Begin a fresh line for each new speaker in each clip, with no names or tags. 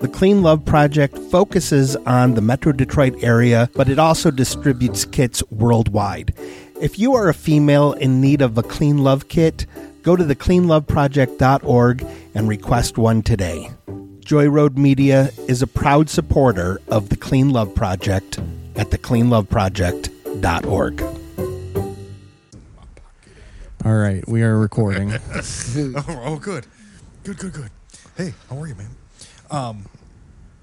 The Clean Love Project focuses on the Metro Detroit area, but it also distributes kits worldwide. If you are a female in need of a Clean Love kit, go to thecleanloveproject.org and request one today. Joy Road Media is a proud supporter of the Clean Love Project at thecleanloveproject.org.
All right, we are recording.
oh, oh, good, good, good, good. Hey, how are you, man? Um,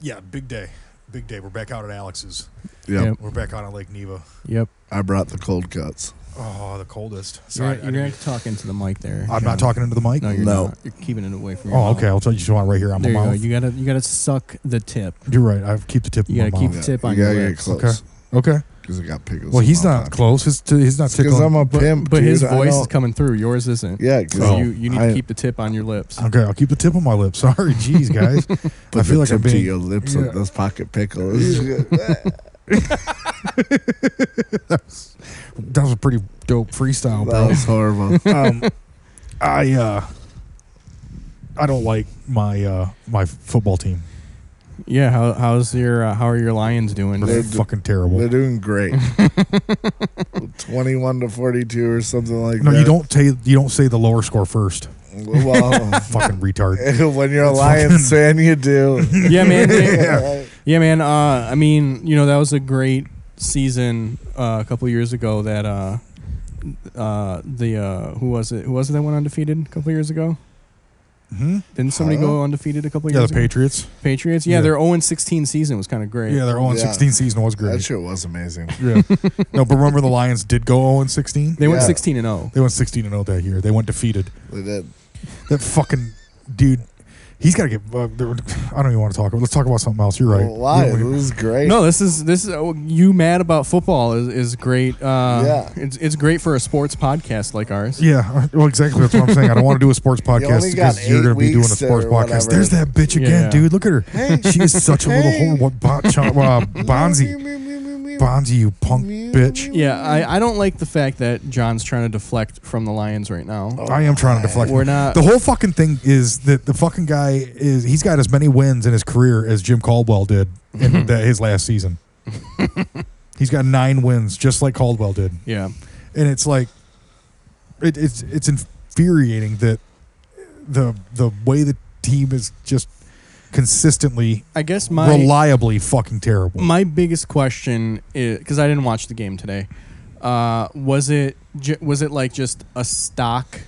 yeah, big day, big day. We're back out at Alex's.
Yeah,
Yep.
We're back out on Lake Neva.
yep.
I brought the cold cuts.
Oh, the coldest.
You're,
Sorry, I
you're
didn't
gonna
mean-
have to talk into the mic there.
I'm
John.
not talking into the mic.
No, you're
No.
not. You're keeping it away from your
oh,
mouth.
okay. I'll tell you. Just want it right here on
There you
my
go.
mouth.
You gotta you gotta suck the tip.
You are right. I keep the tip.
You
of my
gotta keep
mouth.
Tip
you
on
gotta
your
get
lips.
close
Okay.
because I got pickles.
Well,
in
he's
my
not
mouth.
close. His t- he's not
Because
tickling.
I'm a
But,
pimp,
but his
dude. I
voice
know-
is coming through. Yours isn't.
Yeah, because
So
Oh.
you you need
I-
to keep the tip on your lips.
okay, I'll keep the tip on my lips. Sorry, jeez, guys.
put
I feel
the
like I'm
tip to
being-
your lips
Yeah.
with those pocket pickles.
that was a pretty dope freestyle,
that
bro.
was horrible.
um, I uh, I don't like my uh, my football team.
Yeah. How how's your uh, how are your lions doing?
They're
They're d-
fucking terrible.
They're doing great. Twenty-one to forty-two or something like
no,
that.
you don't say you don't say the lower score first.
Well,
Fucking retard.
when you're a
It's
Lions fan, you do.
yeah, man. they-
yeah.
Yeah, man. Uh, I mean, you know, that was a great season uh, a couple years ago. That uh, uh, the uh, who was it? Who was it that went undefeated a couple years ago?
hmm
Didn't somebody
Huh?
go undefeated a couple
Yeah,
years
the
ago?
Patriots.
Patriots. Yeah,
Yeah.
their 0 16 season was kind of great.
Yeah, their 0
Yeah.
16 season was
That
great.
shit was amazing.
Yeah. no, but remember the Lions did go 0 16.
they went
Yeah.
16 and oh. 0.
They went 16 and 0 that year. They went defeated.
They did.
That fucking dude. He's got to get. Uh, there- I don't even want to talk about. Let's talk about something else. You're right.
Well, Lions, it was great.
No, this is this is oh, you mad about football is, is great. Uh,
Yeah.
it's it's great for a sports podcast like ours.
Yeah, uh, well, exactly. That's what I'm saying. I don't want to do a sports podcast
only got
because you're
eight
going to be doing a
weeks
sports
or
podcast.
whatever.
There's that bitch
Yeah.
again, dude. Look at her. She is such a little
Hey.
whore. What bon- ch- uh, Bonzi? Bonzi, you punk bitch.
Yeah, I, I don't like the fact that John's trying to deflect from the Lions right now.
Oh,
I am trying to deflect.
We're not
The whole fucking thing is that the fucking guy is he's got as many wins in his career as Jim Caldwell did in the, his last season. he's got nine wins, just like Caldwell did,
Yeah.
and it's like it, it's it's infuriating that the the way the team is just consistently
I guess my
reliably fucking terrible.
my biggest question is because I didn't watch the game today. Uh, was it ju- was it like just a stock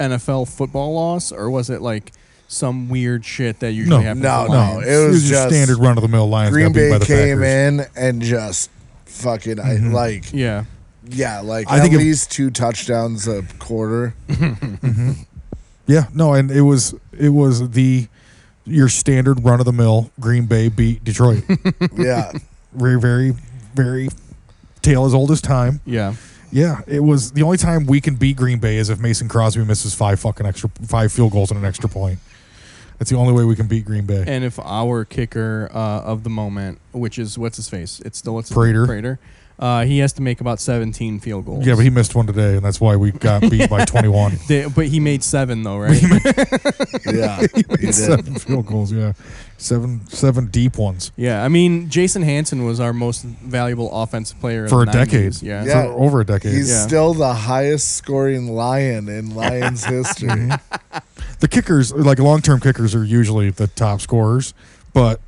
NFL football loss, or was it like some weird shit that usually
No.
happens?
No,
to
no.
Lions?
It was
your
just-
standard run of the mill Lions.
Green
got beat
Bay
by the
came
Packers. Mm-hmm.
in and just fucking I, like
Yeah,
yeah like
I
at
think it-
least two touchdowns a quarter.
Yeah, no, and it was it was the your standard run of the mill Green Bay beat Detroit.
yeah,
very, very, very tale as old as time.
yeah,
Yeah, it was the only time we can beat Green Bay is if Mason Crosby misses five fucking extra five field goals and an extra point. That's the only way we can beat Green Bay.
and if our kicker uh, of the moment, which is what's his face, it's still what's his-
Prater.
Prater. Uh, he has to make about seventeen field goals.
yeah, but he missed one today, and that's why we got beat by twenty one.
They- but he made seven though, right?
yeah. he did.
seven field goals, yeah, seven seven deep ones
yeah, I mean Jason Hanson was our most valuable offensive player of
For
the
a decade.
90s, Yeah,
Yeah.
for over a decade.
He's
Yeah.
still the highest scoring lion in Lions
Mm-hmm.
history.
the kickers, like long term kickers, are usually the top scorers, but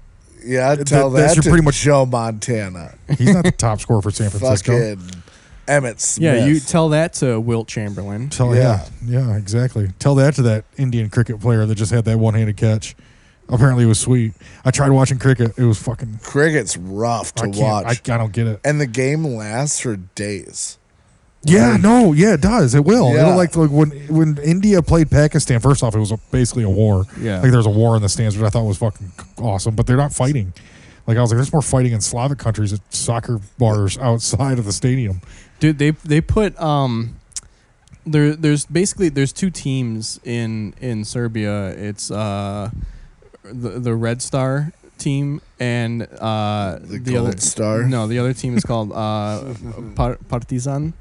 Yeah,
Th-
tell
that's
that
your
to
pretty much-
Joe Montana.
he's not the top scorer for San Francisco.
Fucking Emmett Smith.
Yeah, you tell that to Wilt Chamberlain.
Tell yeah.
Yeah.
yeah, exactly. Tell that to that Indian cricket player that just had that one-handed catch. Apparently, it was sweet. I tried watching cricket; it was fucking.
cricket's rough
I
to
can't.
watch,
I, I don't get it.
and the game lasts for days.
Yeah, no, yeah, it does. It will.
Yeah.
It'll like like when when India played Pakistan. First off, it was a, basically a war.
Yeah.
like there was a war in the stands, which I thought was fucking awesome. But they're not fighting. Like I was like, there's more fighting in Slavic countries at soccer bars outside of the stadium.
Dude, they they put um there there's basically there's two teams in in Serbia. It's uh the the Red Star team and uh
The,
the
Gold
other
Star.
No, the other team is called uh Par- Partizan.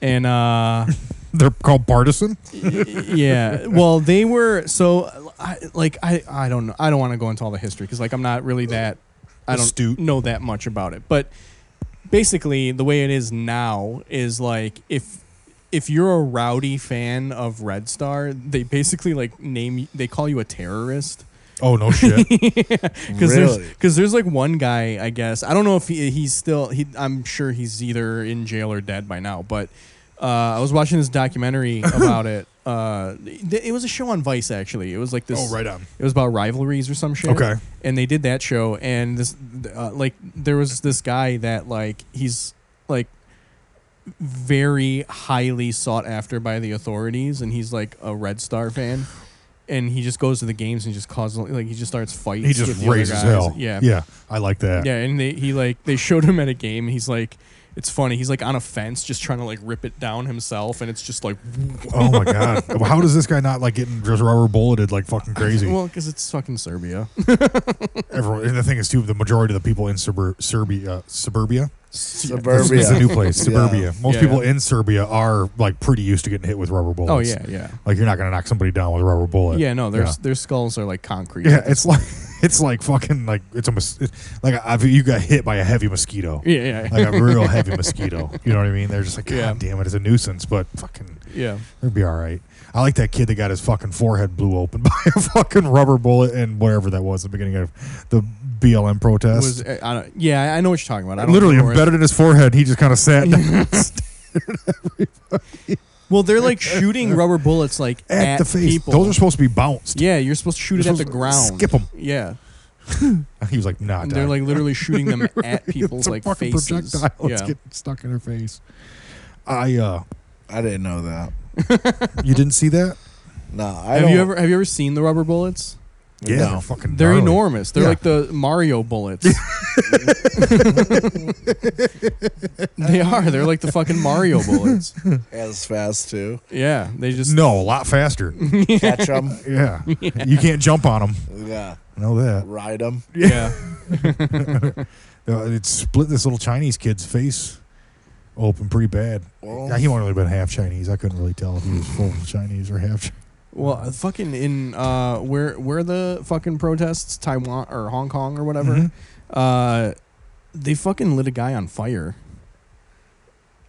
And uh
They're called partisan.
yeah, well they were so I, like I I don't know. I don't want to go into all the history cuz like I'm not really that I don't
Astute.
know that much about it. But basically, the way it is now is like if if you're a rowdy fan of Red Star, they basically like name y- they call you a terrorist
Oh no shit.
because
Really?
there's because there's like one guy I guess I don't know if he, he's still he I'm sure he's either in jail or dead by now, but. Uh, I was watching this documentary about it. Uh, th- it was a show on Vice, actually. It was like this.
oh right on.
It was about rivalries or some shit.
Okay.
And they did that show, and this, uh, like, there was this guy that, like, he's like very highly sought after by the authorities, and he's like a Red Star fan, and he just goes to the games and just causes like he just starts fights.
He just
with the other
raises
guys.
hell.
Yeah.
yeah. I like that.
Yeah, and they, he like they showed him at a game. And he's like, it's funny. He's like on a fence, just trying to like rip it down himself, and it's just like,
Oh my god. How does this guy not like getting just rubber bulleted like fucking crazy?
well, because it's fucking Serbia,
Everyone. And the thing is too, the majority of the people in suburb Serbia uh, suburbia. It's,
Suburbia.
a new place, suburbia. Most
Yeah,
people
yeah.
in Serbia are like pretty used to getting hit with rubber bullets.
Oh yeah, yeah.
Like you're not gonna knock somebody down with a rubber bullet.
Yeah, no, their their skulls are like concrete.
Yeah, it's like it's like fucking like it's a mos- it- like I- I've, you got hit by a heavy mosquito,
yeah, yeah,
like a real heavy mosquito. You know what I mean? They're just like, God
Yeah.
damn it, it's a nuisance, but fucking,
yeah.
it'll be all right. I like that kid that got his fucking forehead blew open by a fucking rubber bullet and whatever that was at the beginning of the BLM protest.
Was uh, I don't, yeah, I know what you're talking about. I don't
Literally
remember it.
embedded in his forehead, he just kind of sat down
Well, they're like shooting rubber bullets like
at, the face.
people.
Those are supposed to be bounced.
yeah, you're supposed to shoot
You're
it at the ground.
supposed to skip 'em.
Yeah,
He was like, Nah,
And
dad.
they're like literally shooting them at people's
It's a
like
fucking
faces.
projectile. It's
Yeah.
getting stuck in her face. I uh,
I didn't know that.
you didn't see that?
No, I
Have
don't.
you ever have you ever seen the rubber bullets?
Yeah.
they're fucking.
They're
gnarly.
enormous. They're
Yeah.
like the Mario bullets. they are. They're like the fucking Mario bullets.
as fast too?
Yeah, they just
No, a lot faster.
Catch them.
yeah. you can't jump on them.
yeah,
Know that.
ride them.
yeah.
Uh, it split this little Chinese kid's face open pretty bad.
Well-
Yeah, he might only been half Chinese. I couldn't really tell if he was full Chinese or half. Chi-
Well, uh, fucking in uh, where where the fucking protests, Taiwan or Hong Kong or whatever,
Mhm.
uh, they fucking lit a guy on fire.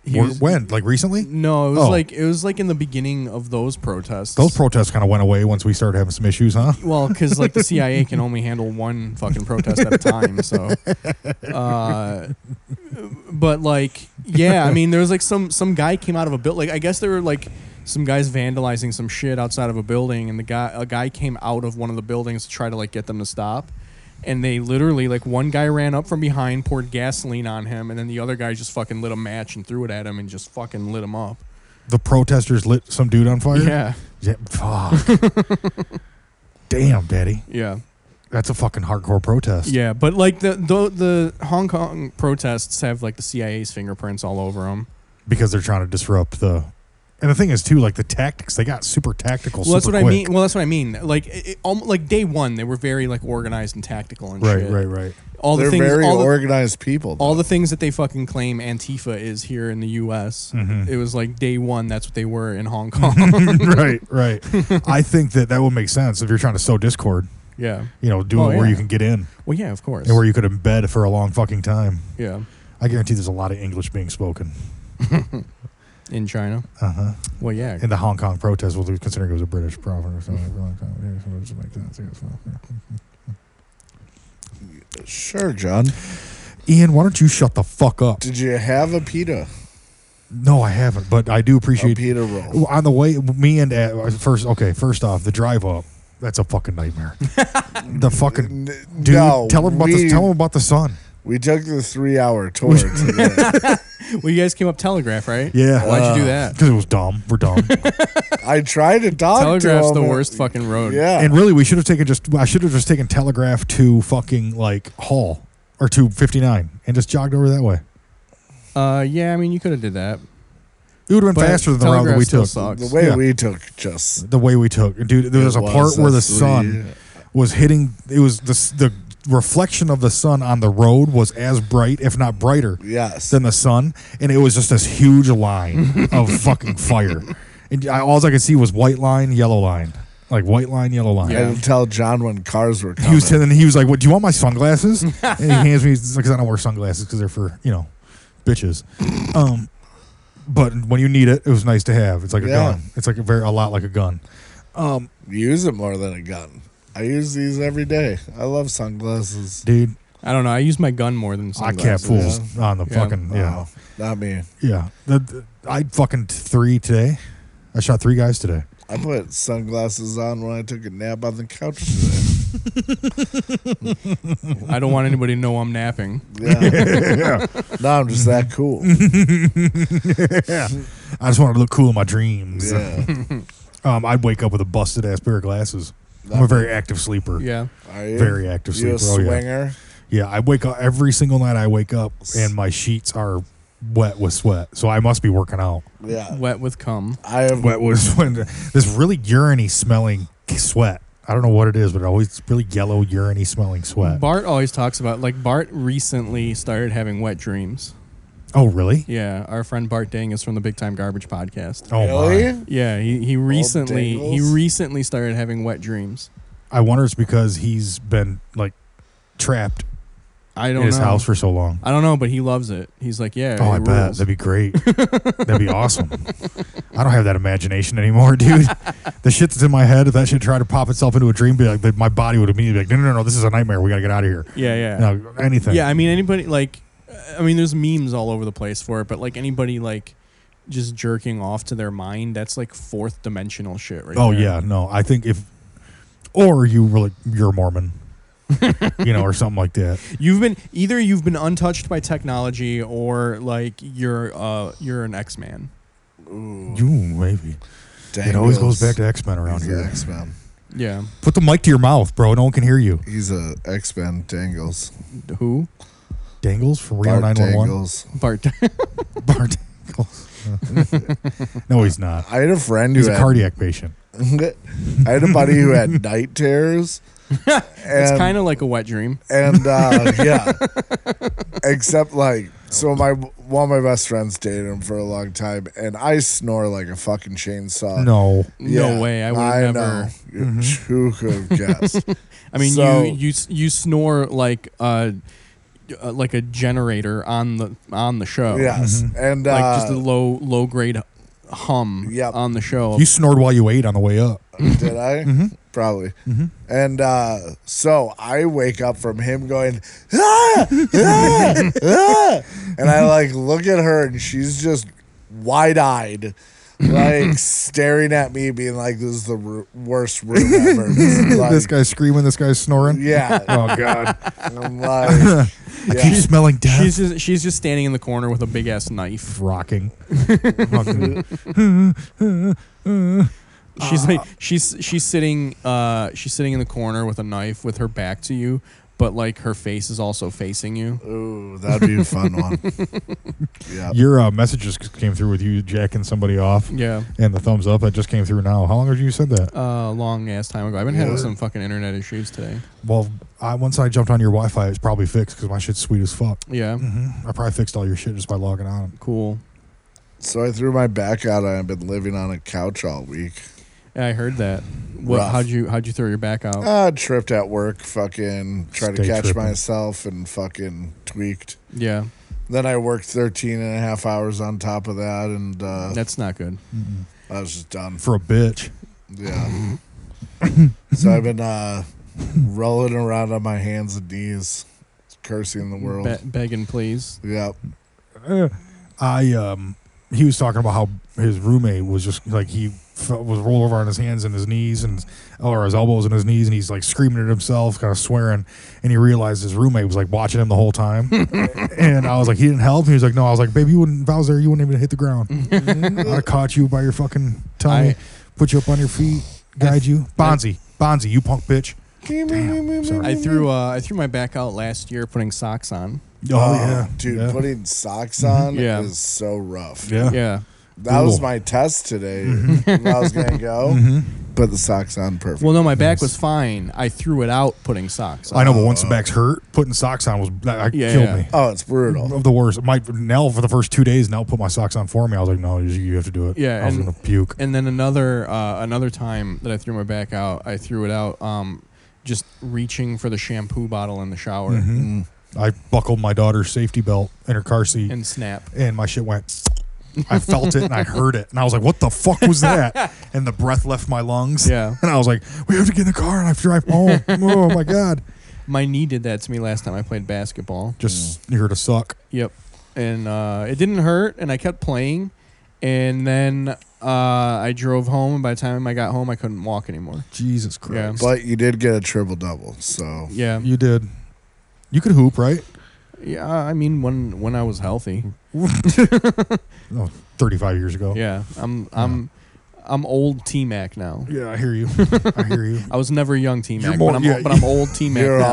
He
Where-
was-
when? Like recently?
No, it was
Oh.
like it was like in the beginning of those protests.
Those protests kind of went away once we started having some issues, huh?
well, because like the CIA can only handle one fucking protest at a time, so. Uh, but like, yeah, I mean, there was like some some guy came out of a build. Like, I guess there were like some guys vandalizing some shit outside of a building, and the guy a guy came out of one of the buildings to try to like get them to stop. And they literally like one guy ran up from behind, poured gasoline on him, and then the other guy just fucking lit a match and threw it at him and just fucking lit him up.
The protesters lit some dude on fire?
Yeah,
Yeah, fuck. Damn, Daddy.
yeah.
That's a fucking hardcore protest.
Yeah, but like the, the the Hong Kong protests have like the CIA's fingerprints all over them.
Because they're trying to disrupt the. And the thing is, too, like the tactics, they got super tactical.
Well, that's
super
what I
quick.
mean. Well, that's what I mean. Like, it, it, almo- like day one, they were very like organized and tactical and
Right,
shit.
right, right.
All
They're
the things,
very
all the,
organized people.
all the things that they fucking claim Antifa is here in the U.S.
Mm-hmm.
It was like day one. That's what they were in Hong Kong.
right, right. I think that that would make sense if you're trying to sow discord.
yeah.
You know, do
Oh,
it where
yeah.
you can get in
Well, yeah, of course.
and where you could embed for a long fucking time.
yeah,
I guarantee there's a lot of English being spoken.
in China.
Uh huh.
Well, yeah.
And the Hong Kong protest was considering it was a British province or something. for a long time. Yeah, so it doesn't make sense, I guess. Well, yeah.
though. sure, John.
Ian, why don't you shut the fuck up?
Did you have a pita?
No, I haven't, but I do
A
appreciate
pita roll.
Well, on the way, me and uh, first, okay, first off, the drive up. That's a fucking nightmare. the fucking dude.
no,
tell him about
we,
the tell him about the sun.
We took the three-hour tour. today.
well, you guys came up Telegraph, right?
Yeah.
Why'd you do that?
Because it was dumb. We're dumb.
I tried to talk to
Telegraph's
him.
the worst fucking road.
Yeah.
and really, we should have taken just. I should have just taken Telegraph to fucking like Hall or to 59 and just jogged over that way.
Uh, yeah. I mean, you could have did that.
It would have been
But
faster than the route that
Telegraph
we
still
took.
sucks.
the way
yeah.
we took just
The way we took, dude. There was a
It
part where the
that's
sun was hitting. It was the s- the reflection of the sun on the road was as bright, if not brighter,
Yes.
than the sun, and it was just this huge line of fucking fire. And I, all I could see was white line, yellow line, like white line, yellow line.
I didn't tell John when cars were
He
coming.
was and then he was like, "What? Do you want my sunglasses?" and he hands me because I don't wear sunglasses because they're for you know, bitches. Um, but when you need it, it was nice to have. It's like
Yeah.
a gun. It's like a very a lot like a gun. Um,
use it more than a gun. I use these every day. I love sunglasses.
dude,
I don't know. I use my gun more than
I
sunglasses.
can't fools on the
Yeah.
fucking yeah
Wow. Not me.
yeah. The- the- I fucking t- three today. I shot three guys today.
I put sunglasses on when I took a nap on the couch today.
I don't want anybody to know I'm napping.
Yeah.
yeah.
no, I'm just that cool.
I just wanted to look cool in my dreams.
Yeah.
Um, I'd wake up with a busted ass pair of glasses. I'm a very active sleeper.
Yeah.
Are you?
Very active
You
sleeper.
a
Oh, yeah.
swinger?
Yeah, I wake up every single night. I wake up and my sheets are wet with sweat, so I must be working out.
Yeah.
Wet with cum.
I have
Wet with sweat. This really uriny smelling sweat. I don't know what it is, but it always it's really yellow uriny smelling sweat.
Bart always talks about like Bart recently started having wet dreams.
oh, really?
Yeah, our friend Bart Dang is from the Big Time Garbage podcast.
Oh my!
really?
Yeah, he, he recently he
dangles?
recently started having wet dreams.
I wonder it's because he's been like trapped
I
in
don't
his
know.
house for so long.
I don't know, but he loves it. He's like, yeah.
Oh,
it
I bet
rules.
that'd be great. that'd be awesome. I don't have that imagination anymore, dude. the shit that's in my head, if that shit tried to pop itself into a dream, be like, my body would immediately be like, no, no, no, no, this is a nightmare. We gotta get out of here.
Yeah, yeah.
No, anything.
Yeah, I mean anybody like I mean there's memes all over the place for it, but like anybody like just jerking off to their mind, that's like fourth dimensional shit right
Oh
there.
yeah, no. I think if, or you were like you're Mormon, you know, or something like that.
You've been either you've been untouched by technology or like you're uh you're an X-Man.
You maybe. It
Dangles.
always goes back to X Men around
He's
here.
an X-Men.
Yeah.
Put the mic to your mouth, bro. No one can hear you.
He's a X-Men Dangles.
Who?
Dangles from Rio
Bart
Nine One One.
Dangles.
Bart.
Bar Dangles. no, he's not.
I had a friend
He's
who
a
had,
cardiac patient.
I had a buddy who had night terrors.
it's
and-
kind of like a wet dream.
and uh, yeah, except like so my one of my best friends dated him for a long time, and I snore like a fucking
Uh,
chainsaw.
No.
Yeah,
no way. I would have never.
Know. Who could have guessed?
I mean,
So-
you you s- you snore like uh, uh like a generator on the on the show.
yes, and uh,
Like just a low low grade hum
Yep.
on the show.
You snored while you ate on the way up.
Did
Mm-hmm.
I? Probably. And uh, so I wake up from him going, ah, ah, ah," and I like look at her and she's just wide eyed, like staring at me, being like, "This is the r- worst room ever." This is like,
this guy's screaming. This guy's snoring.
yeah.
Oh God!
And I'm like,
I
Yeah.
keep smelling death.
She's just, she's just standing in the corner with a big ass knife.
rocking. Fucking-
She's
Ah.
like she's she's sitting uh she's sitting in the corner with a knife with her back to you, but like her face is also facing you.
"Ooh, that'd be a fun one." Yeah.
Your uh, messages came through with you jacking somebody off,
Yeah.
and the thumbs up that just came through now. How long ago did you said that?
Uh, long ass time ago. I've been having
Yeah.
some fucking internet issues today.
Well, I, once I jumped on your Wi-Fi, it's probably fixed because my shit's sweet as fuck.
Yeah.
Mm-hmm.
I probably fixed all your shit just by logging on.
Cool.
So I threw my back out. and I've been living on a couch all week.
Yeah, I heard that. What?
Rough.
How'd you How'd you throw your back out?
Uh, tripped at work, fucking tried
Oh. Stay
to catch
tripping.
myself and fucking tweaked.
yeah,
Then I worked 13 and a half hours on top of that and uh,
that's not good.
I was just done.
For a bitch,
Yeah. so I've been uh, rolling around on my hands and knees, cursing the world.
Be- begging, please.
Yep.
Uh, Eh, I um, he was talking about how his roommate was just like he felt, was rolled over on his hands and his knees and or his elbows and his knees, and he's like screaming at himself, kind of swearing. And he realized his roommate was like watching him the whole time. and I was like, he didn't help. He was like, no. I was like, baby, you wouldn't. If I was there, you wouldn't even hit the ground. I'd have caught you by your fucking tummy,
I-
put you up on your feet, guide you. Bonzi, Bonzi, you punk bitch. Damn, sorry.
I threw uh, I threw my back out last year putting socks on.
Oh, yeah,
dude,
yeah. Mm-hmm.
putting socks on
Yeah.
is so rough.
yeah.
Yeah.
That was
Cool. Mm-hmm.
my test today. When I was gonna go, put the socks on perfect.
Well, no, my back was fine. I threw it out putting socks. on.
I know, but once the back's hurt, putting socks on was that I
Uh, Yeah,
killed
yeah.
me.
oh, it's brutal.
Of the worst. My Nell for the first two days, Nell put my socks on for me. I was like, no, you, you have to do it.
Yeah,
I was
and-
gonna puke.
And then another uh, another time that I threw my back out, I threw it out um, just reaching for the shampoo bottle in the shower
Mm-hmm. I buckled my daughter's safety belt in her car seat, and,
and snap.
my shit went. I felt it and I heard it, and I was like, "What the fuck was that?" and the breath left my lungs.
Yeah.
and I was like, "We have to get in the car and I have to drive home." oh my god!
My knee did that to me last time I played basketball.
Just here to suck.
Yep. And uh, it didn't hurt, and I kept playing. And then uh, I drove home, and by the time I got home, I couldn't walk anymore.
Jesus Christ!
But you did get a triple double, so
Yeah.
you did. You could hoop, right?
Yeah. I mean, when when I was healthy.
Oh, 35 years ago.
Yeah. I'm I'm I'm old T Mac now.
Yeah, I hear you. I hear you.
I was never young T Mac,
You're more-
but I'm
yeah.
but I'm old T Mac.
you're
now.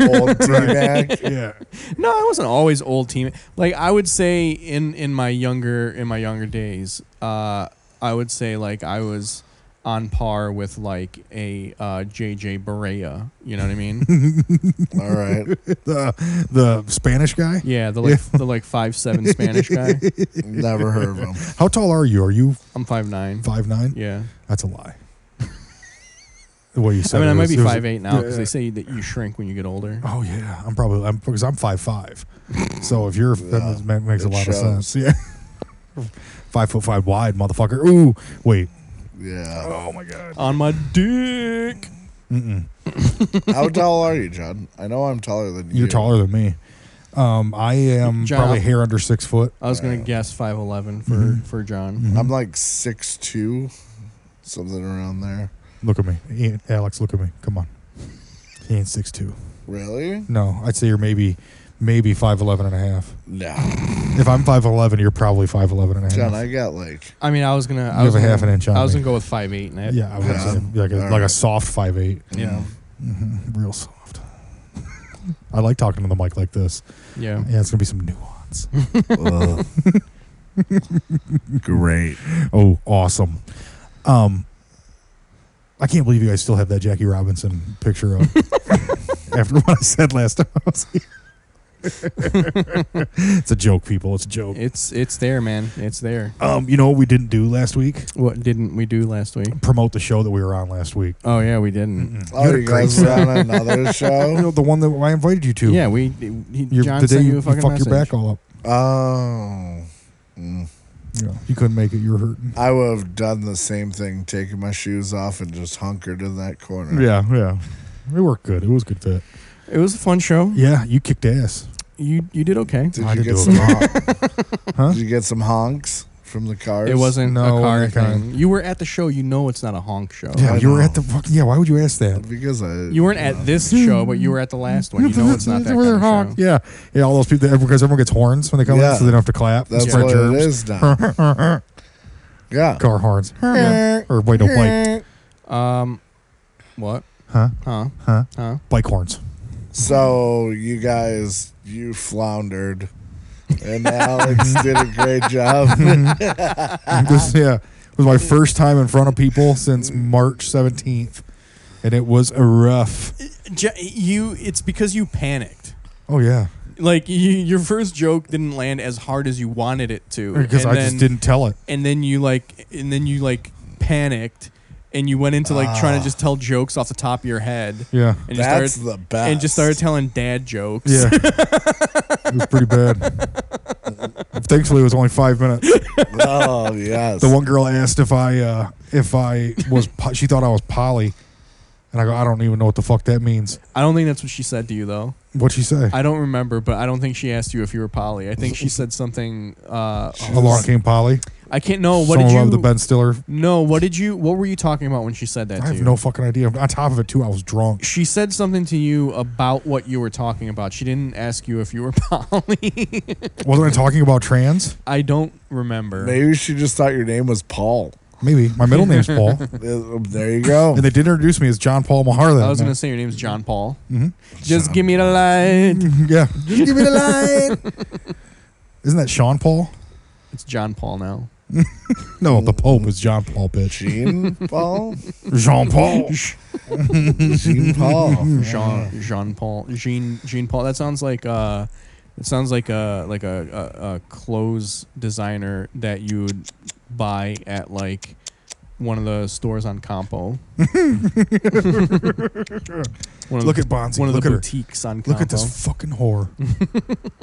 old T Mac.
Yeah.
No, I wasn't always old team. Like I would say in in my younger in my younger days, uh, I would say like I was on par with like a uh, JJ Barea. You know what I mean?
All right,
The the Spanish guy?
yeah, the like the like five seven Spanish guy.
never heard of him.
How tall are you? Are you
I'm five nine.
five nine?
Yeah,
That's a lie. The way you
I
said
mean I
it
might
was-
be
it was-
five eight now because
yeah.
they say that you shrink when you get older.
Oh yeah, I'm probably I'm because I'm five five. so if you're that ma- makes a
it
lot of
shows.
sense. Yeah. five foot five wide, motherfucker. Ooh, wait.
Yeah.
Oh my god.
On my dick.
How tall are you, John? I know I'm taller than you.
You're taller than me. Um, I am
John,
probably
I'm-
hair under six foot.
I was gonna guess five eleven for
Mm-hmm.
for John.
I'm like six two, something around there.
Look at me, Ian, Alex. Look at me. Come on. He ain't six two.
Really?
No, I'd say you're maybe maybe 5'11 and a half.
No,
If I'm 5'11, you're probably 5'11 and a half.
John. I got like
I mean I was gonna. I
You
was
have a
gonna,
half an inch on
I was
me.
gonna go with five eight and it.
yeah, I would
Yeah.
say like a,
All
like a
right. Mm-hmm.
soft 5'8.
Yeah.
Mhm, Real soft. I like talking to the mic like this.
Yeah.
Yeah, it's going to be some nuance.
ugh. great.
oh, awesome. Um, I can't believe you guys still have that Jackie Robinson picture up after what I said last time I was here. it's a joke, people. It's a joke.
It's it's there, man. It's there.
Um, you know what we didn't do last week?
What didn't we do last week?
Promote the show that we were on last week.
Oh yeah, we didn't.
Oh,
had a
you
great
guys were on another
You know,
show.
the one that I invited you to.
Yeah, we. He,
Your,
John
the day
sent
you,
you a
you
fucking
fucked
message.
your back all up.
Oh. Mm.
Yeah. You couldn't make it. You were hurting.
I would have done the same thing, taken my shoes off and just hunkered in that corner.
Yeah, yeah. It worked good. It was good fit.
It was a fun show.
Yeah, you kicked ass.
You you did okay.
Did
I
you
did
get
do
some?
it.
Honk-
Huh?
Did you get some honks from the cars?
It wasn't
No,
a car
that kind
thing. You were at the show. You know it's not a honk show.
Yeah,
I
you were
know.
at the fucking. Yeah, why would you ask that?
because I.
You weren't at this show, but you were at the last one. You know it's not that kind of show.
Yeah, yeah. All those people that, because everyone gets horns when they come
Yeah.
in, so they don't have to clap.
That's
spread
what
germs.
it is now. yeah.
Car horns. Yeah. Or wait, no bike.
Um, what?
Huh?
Huh?
Huh?
Huh?
Bike horns.
So you guys, you floundered, and Alex did a great job.
This- yeah, it was my first time in front of people since March seventeenth, and it was a rough.
J- you. It's because you panicked.
Oh yeah,
Like you, your first joke didn't land as hard as you wanted it to.
because
and
I just
then-
didn't tell it.
and then you like and then you like panicked and you went into like trying to just tell jokes off the top of your head
Yeah.
and you
Ah. That's
started
the best.
and just started telling dad jokes
Yeah. it was pretty bad. Thankfully, it was only five minutes.
oh yes.
The one girl asked if I uh, if I was po- she thought I was Polly, and I go I don't even know what the fuck that means.
i don't think that's what she said to you though
What'd she say?
i don't remember but i don't think she asked you if you were polly i think she said something uh
Along came Polly.
I can't know. Oh, What
Someone
did you?
loved the Ben Stiller.
No, what did you? What were you talking about when she said that?
I
to
have
you?
no fucking idea. On top of it, too, I was drunk.
She said something to you about what you were talking about. She didn't ask you if you were poly.
Wasn't I talking about trans?
I don't remember.
Maybe she just thought your name was Paul.
Maybe my middle name's Paul, and
Uh, There you go.
they did introduce me as John Paul Mahar. That
I was gonna say your name's John Paul. Just give me the light.
yeah. Just give me the line. Isn't that Sean Paul?
It's John Paul now.
No, the Pope is John Paul, bitch.
Jean Paul?
Jean Paul.
Jean
Hmm.
Paul.
Ah.
Jean Jean Paul Jean Jean Paul. That sounds like uh, it sounds like a like a, a, a clothes designer that you would buy at like one of the stores on Campo. one of
Look
the,
at Bonzi.
one of
Look
the Mm.
at her.
boutiques on Campo.
Look at this fucking whore.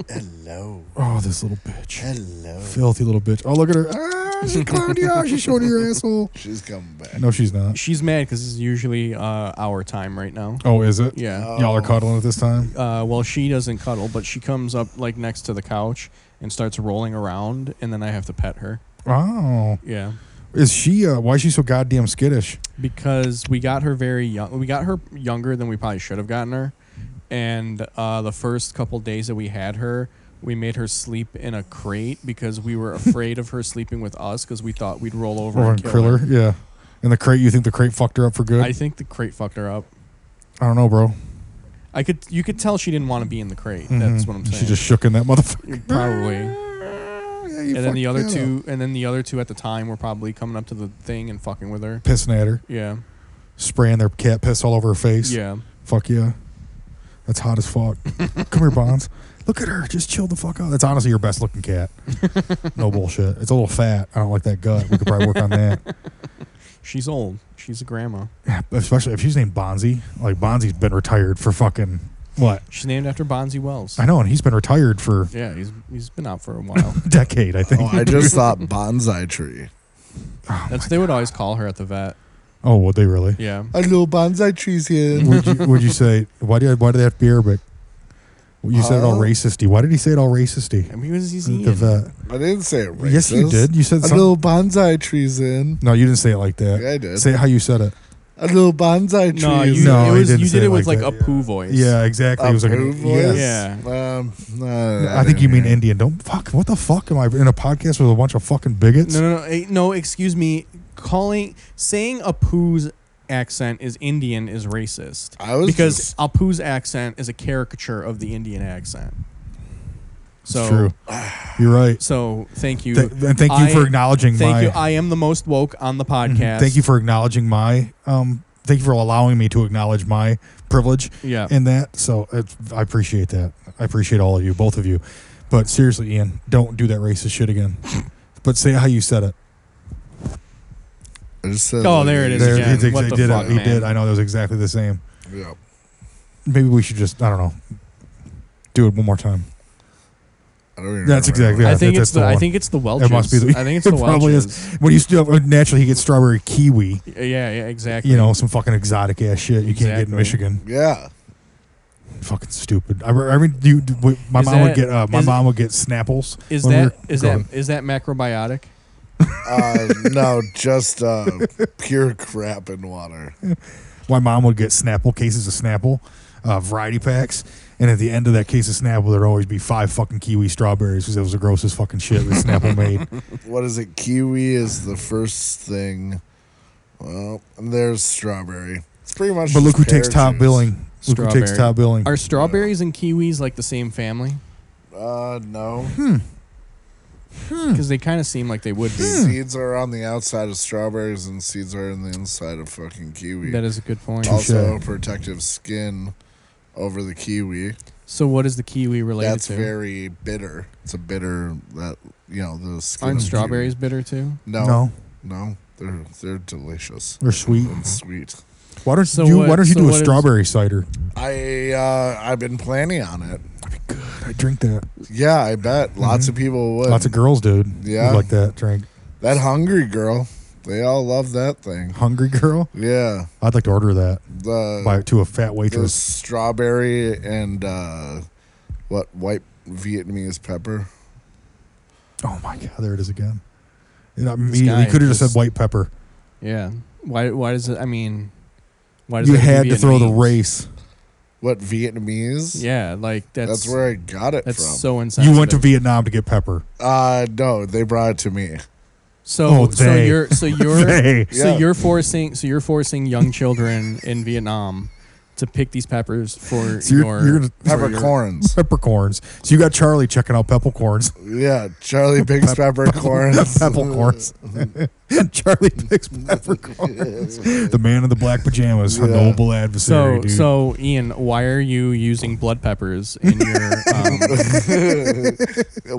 Hello.
Oh, this little bitch.
Hello.
Filthy little bitch. Oh, look at her. Ah, she's Claudia. she's showing her asshole.
She's coming back.
No, she's not.
She's mad because this is usually uh, our time right now.
Oh, is it?
Yeah.
Y'all are cuddling at this time.
uh, well, she doesn't cuddle, but she comes up like next to the couch and starts rolling around, and then I have to pet her.
Oh,
Yeah,
is she? Uh, why is she so goddamn skittish?
because we got her very young. We got her younger than we probably should have gotten her, and uh, the first couple days that we had her, we made her sleep in a crate because we were afraid of her sleeping with us because we thought we'd roll over
Or on
and kill her.
Kriller? Yeah. In the crate, you think the crate fucked her up for good?
I think the crate fucked her up.
I don't know, bro.
I could, you could tell she didn't want to be in the crate. That's
Mhm.
what I'm saying.
She just shook in that motherfucker.
probably.
Yeah, you
and then the
fucked
other
that up.
two, and then the other two at the time were probably coming up to the thing and fucking with her.
pissing at her,
Yeah,
spraying their cat piss all over her face.
yeah.
Fuck yeah. That's hot as fuck. Come here, Bonds. Look at her. Just chill the fuck out. That's honestly your best looking cat. No bullshit. It's a little fat. I don't like that gut. We could probably work on that.
She's old. She's a grandma.
Yeah, Especially if she's named Bonzi. Like, Bonzi's been retired for fucking. What?
She's named after Bonzi Wells.
I know, and he's been retired for
Yeah, he's he's been out for a while.
a decade, I think.
Oh, I just thought bonsai tree.
That's they would always call her at the vet.
oh, would they really?
Yeah,
A little bonsai tree's here.
would you would you say why do why do they have to be Arabic? Well, You said it all
Uh,
racisty. Why did he say it all racisty?
I mean, was he's
The
Ian.
vet.
I didn't say it racist.
Yes, you did. You
A
said something.
little bonsai tree's in.
No, you didn't say it like that.
Yeah, I did.
Say it how you said it.
A little bonsai tree
No,
is
you,
No,
it
he
was,
didn't
you
say
did
it
it with
like
like,
that,
a poo voice.
Yeah, exactly. It was like an-
Approved
yes.
voice?
Yeah.
Um, no,
I think you mean
didn't
Indian. Don't fuck. What the fuck am I in a podcast with a bunch of fucking bigots?
No, no, no, eh, no. Excuse me. Calling saying a poo's accent is Indian is racist.
I was
because
just-
a poo's accent is a caricature of the Indian accent.
It's
So
true. You're right.
So thank you.
Th- and thank you
I-
for acknowledging
Thank
my. mhm, Mm-hmm.
you. I am the most woke on the podcast.
thank you for acknowledging my. Um, thank you for allowing me to acknowledge my privilege.
Yeah.
in that. So it's, I appreciate that. I appreciate all of you, both of you. But seriously, Ian, don't do that racist shit again. But say how you said it.
I just said
Oh, there it is
There,
again.
he did,
What
he
the
did
fuck,
it. He
man.
did. I know that was exactly the same.
Yeah.
Maybe we should just, I don't know, do it one more time.
I don't even
That's
remember.
exactly- yeah,
I think
that-
it's
that's
the.
the
I
one.
think it's the Welch's.
must be the-
I think it's the
it probably is.
Welch's.
When you still uh, naturally you get strawberry kiwi,
Yeah, yeah, exactly.
you know, some fucking exotic ass shit you can't get in
Exactly.
Michigan.
Yeah.
Fucking stupid. I, re- I mean, you, w- my
Is
mom would
that-
get uh, my
is-
mom would get Snapples.
is
when we
that
were-
is
go
that
ahead.
is that macrobiotic?
Uh, no, just uh, pure crap in water.
my mom would get Snapple cases of Snapple, uh, variety packs, and at the end of that case of Snapple, there'd always be five fucking kiwi strawberries because it was the grossest fucking shit that Snapple made.
What is it? Kiwi is the first thing. Well, and there's strawberry. It's pretty much.
But look
just
who takes
pear
top
juice.
billing. Look who takes
Strawberry.
top billing.
Are strawberries and kiwis like the same family?
Uh, no.
Hmm.
Because they kind of seem like they would be.
Seeds are on the outside of strawberries, and seeds are on the inside of fucking
Hmm.
kiwi.
That is a good point.
Touche.
also, protective skin over the kiwi.
So what is the kiwi related
That's
to?
very bitter. It's a bitter that you know the skin.
Aren't
of kiwi-
strawberries bitter too?
No, no,
no,
They're they're delicious
they're sweet.
and sweet.
Why don't
So
you?
what-
why don't you
so
do a
what is-
strawberry cider?
I uh, I've been planning on it.
I drink that.
Yeah, I bet lots of people would.
Mm-hmm. Lots of girls, dude.
Yeah.
like that drink.
that hungry girl. They all love that thing.
Hungry girl.
Yeah,
I'd like to order that
the
by to a fat
the
waitress.
strawberry and uh, what white Vietnamese pepper.
Oh my god, there it is again. You know,
This
he
guy
could have just said
just-
white pepper.
Yeah. Why? Why does it? I mean, why does
You
it have
had
be
to throw the
Vietnamese?
race.
What Vietnamese?
Yeah, like that's
that's, where I got it
that's
from.
so insane.
You went to Vietnam to get pepper.
uh, no, they brought it to me.
so
Oh,
so
they.
you're so you're
Hey,
so
Yeah.
you're forcing so you're forcing young children in Vietnam to pick these peppers for
So you're-
your
you're gonna-
for your-
Peppercorns.
peppercorns. So you got Charlie checking out peppercorns.
yeah, Charlie Pink's peppercorns.
peppercorns. Charlie picks peppercorns. the man in the black pajamas, her
Yeah.
noble
So
adversary, dude.
so Ian, why are you using blood peppers in your? Um,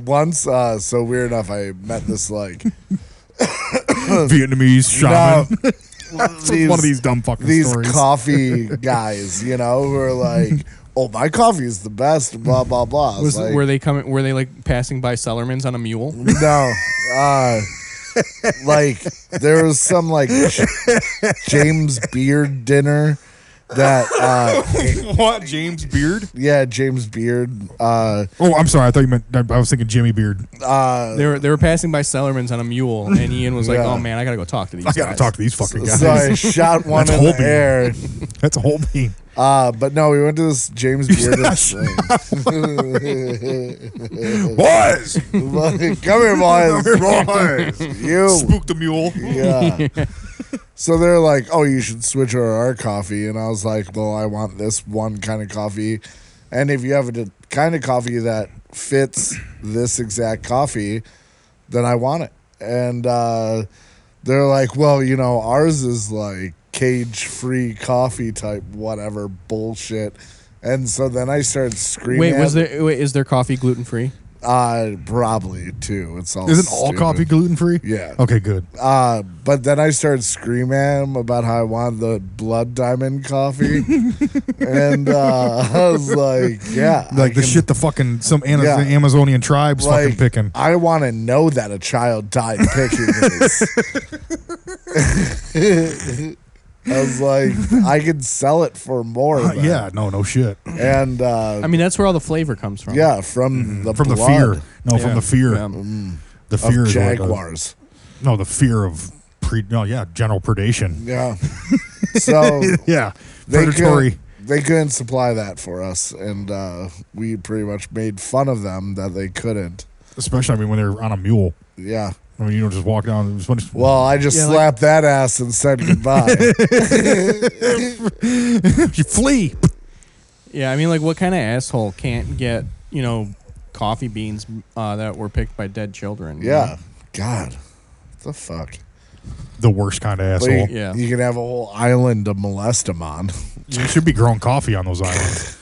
Once, uh, so weird enough, I met this like
Vietnamese shaman.
No,
It's one of these dumb fucking
these
stories.
coffee guys, you know, who are like, "Oh, my coffee is the best." Blah blah blah. It's
was
like,
were they coming? Were they like passing by Sellermans on a mule?
No. Uh, like there was some like J- James Beard dinner that uh
what James Beard?
yeah, James Beard uh
Oh, I'm sorry. I thought you meant. I was thinking Jimmy Beard.
uh
They were they were passing by Sellermans on a mule, and Ian was like,
Yeah.
"Oh man, I gotta go talk to these."
I gotta
guys."
talk to these fucking guys.
so I shot one
That's
in the
Holbein.
air.
That's a whole thing.
Uh but no, we went to this James Beard thing.
Boys,
Like, Come here, boys.
boys,
You
spook the mule.
Yeah. so they're like, oh, you should switch over our coffee. And I was like, well, I want this one kind of coffee. And if you have a di- kind of coffee that fits this exact coffee, then I want it. And uh, they're like, well, you know, ours is like cage free coffee type, whatever bullshit. And so then I started screaming.
Wait, was
at-
there? Wait, is their coffee gluten free?
Uh, probably too. It's all.
Isn't all
Oh, stupid.
coffee gluten free?
Yeah.
Okay, good.
Uh, but then I started screaming at him about how I wanted the blood diamond coffee, and uh, I was like, "Yeah, I
Like the
can-
shit, the fucking some Ana-
Yeah.
the Amazonian tribes
Like,
fucking picking.
I want to know that a child died picking this." I was like, "I could sell it for more."
Uh,
then."
yeah, no, no shit.
and uh,
I mean, that's where all the flavor comes from.
yeah, from the
mm-hmm. from the
blood
fear. No, from
Yeah.
the fear.
Yeah.
The
of
fear is what it does.
jaguars.
No, the fear of pre. No, yeah, general predation.
Yeah, so
Yeah,
they
predatory.
couldn't, they couldn't supply that for us, and uh, we pretty much made fun of them that they couldn't.
Especially, I mean, when they're on a mule.
Yeah.
I mean, you don't just walk down. it's when it's-
Well, I just
Yeah, like-
slapped that ass and said goodbye.
you flee.
Yeah, I mean, like, what kind of asshole can't get you know coffee beans uh, that were picked by dead children? you
yeah. God. What the fuck?
The worst kind of
But
asshole.
you,
Yeah.
you can have a whole island to molest them on.
You should be growing coffee on those islands.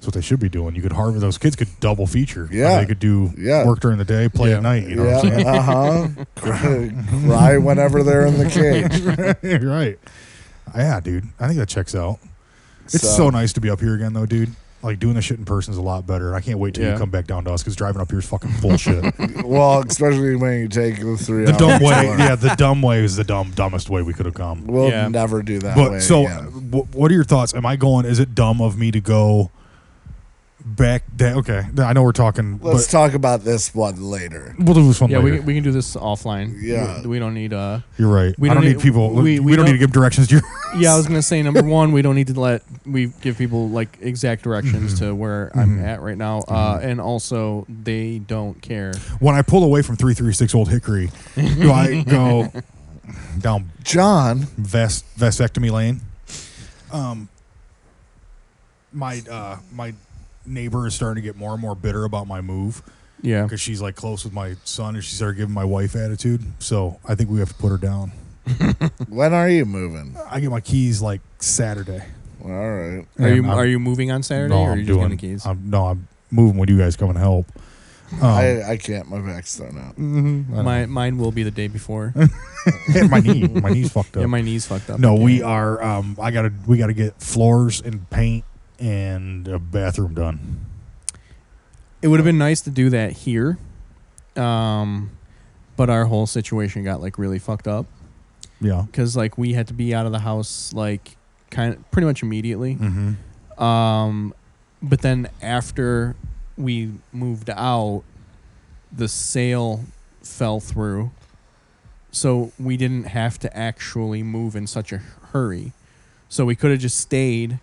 That's what they should be doing. You could harvest those kids could double feature. Or
Yeah.
they could do
Yeah.
work during the day, play
Yeah.
at night. You know
yeah.
what I'm
Uh huh. Cry whenever they're in the cage.
saying? You're right. Yeah, dude. I think that checks out. It's so,
So-
nice to be up here again, though, dude. Like doing this shit in person is a lot better. I can't wait till
Yeah.
you come back down to us because driving up here is fucking bullshit.
Well, especially when you take the three.
the dumb
hours
way,
to learn.
yeah, the dumb way is the dumb dumbest way we could have come.
We'll
Yeah.
never do that. way
But so, uh,
again.
w- what are your thoughts? Am I going? Is it dumb of me to go back? Da- okay, I know we're talking.
let's
but
talk about this one later.
we'll do this one
Yeah,
later.
we can, we can do this offline.
Yeah.
we, we don't need. Uh,
You're right.
we
I
don't
don't
need-
need, people.
we-
We,
we
don't,
don't-
need to give directions. To your,
yeah, I was gonna say number one, we don't need to let we give people like exact directions to
Mm-hmm.
where I'm at right now, uh, and also they don't care.
when I pull away from three three six Old Hickory, do I go down
John.
vest vasectomy lane. Um, my uh, my neighbor is starting to get more and more bitter about my move
Yeah,
because she's like close with my son and she started giving my wife attitude. So I think we have to put her down.
When are you moving?
I get my keys like Saturday.
All right.
are
And
you
I'm-
are you moving on Saturday
no,
or are
I'm
you
doing
just getting the keys?
I'm, no, I'm moving when you guys come and help. Um,
I, I can't. My back's thrown out.
I-
My mine will be the day before.
my knee, my knee's fucked up.
yeah, my knees fucked up.
No,
Yeah.
we are. Um, I gotta. We gotta get floors and paint and a bathroom done.
It would have been nice to do that here, um, but our whole situation got like really fucked up
Yeah.
because like we had to be out of the house like kind of pretty much immediately.
Mm-hmm.
Um, but then after we moved out, the sale fell through, so we didn't have to actually move in such a hurry. So we could have just stayed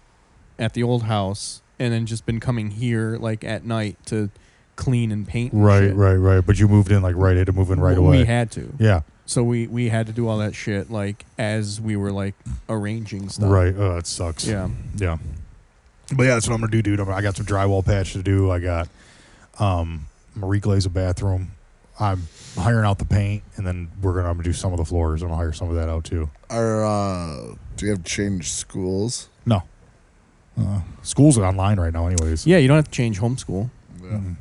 at the old house and then just been coming here like at night to clean and paint. and
Right,
shit.
right, right. But you moved in like right into moving right
We
away.
had to.
yeah,
So we we had to do all that shit like as we were like arranging stuff.
right. Oh, that sucks.
Yeah.
yeah. But yeah, that's what I'm gonna do, dude. I'm, I got some drywall patch to do. I got um, I'm gonna reglaze a bathroom. I'm hiring out the paint, and then we're gonna I'm gonna do some of the floors. I'm gonna hire some of that out too.
Are uh, do you have changed schools?
No, uh, school's online right now, anyways.
Yeah, you don't have to change homeschool.
Yeah.
Mm-mm.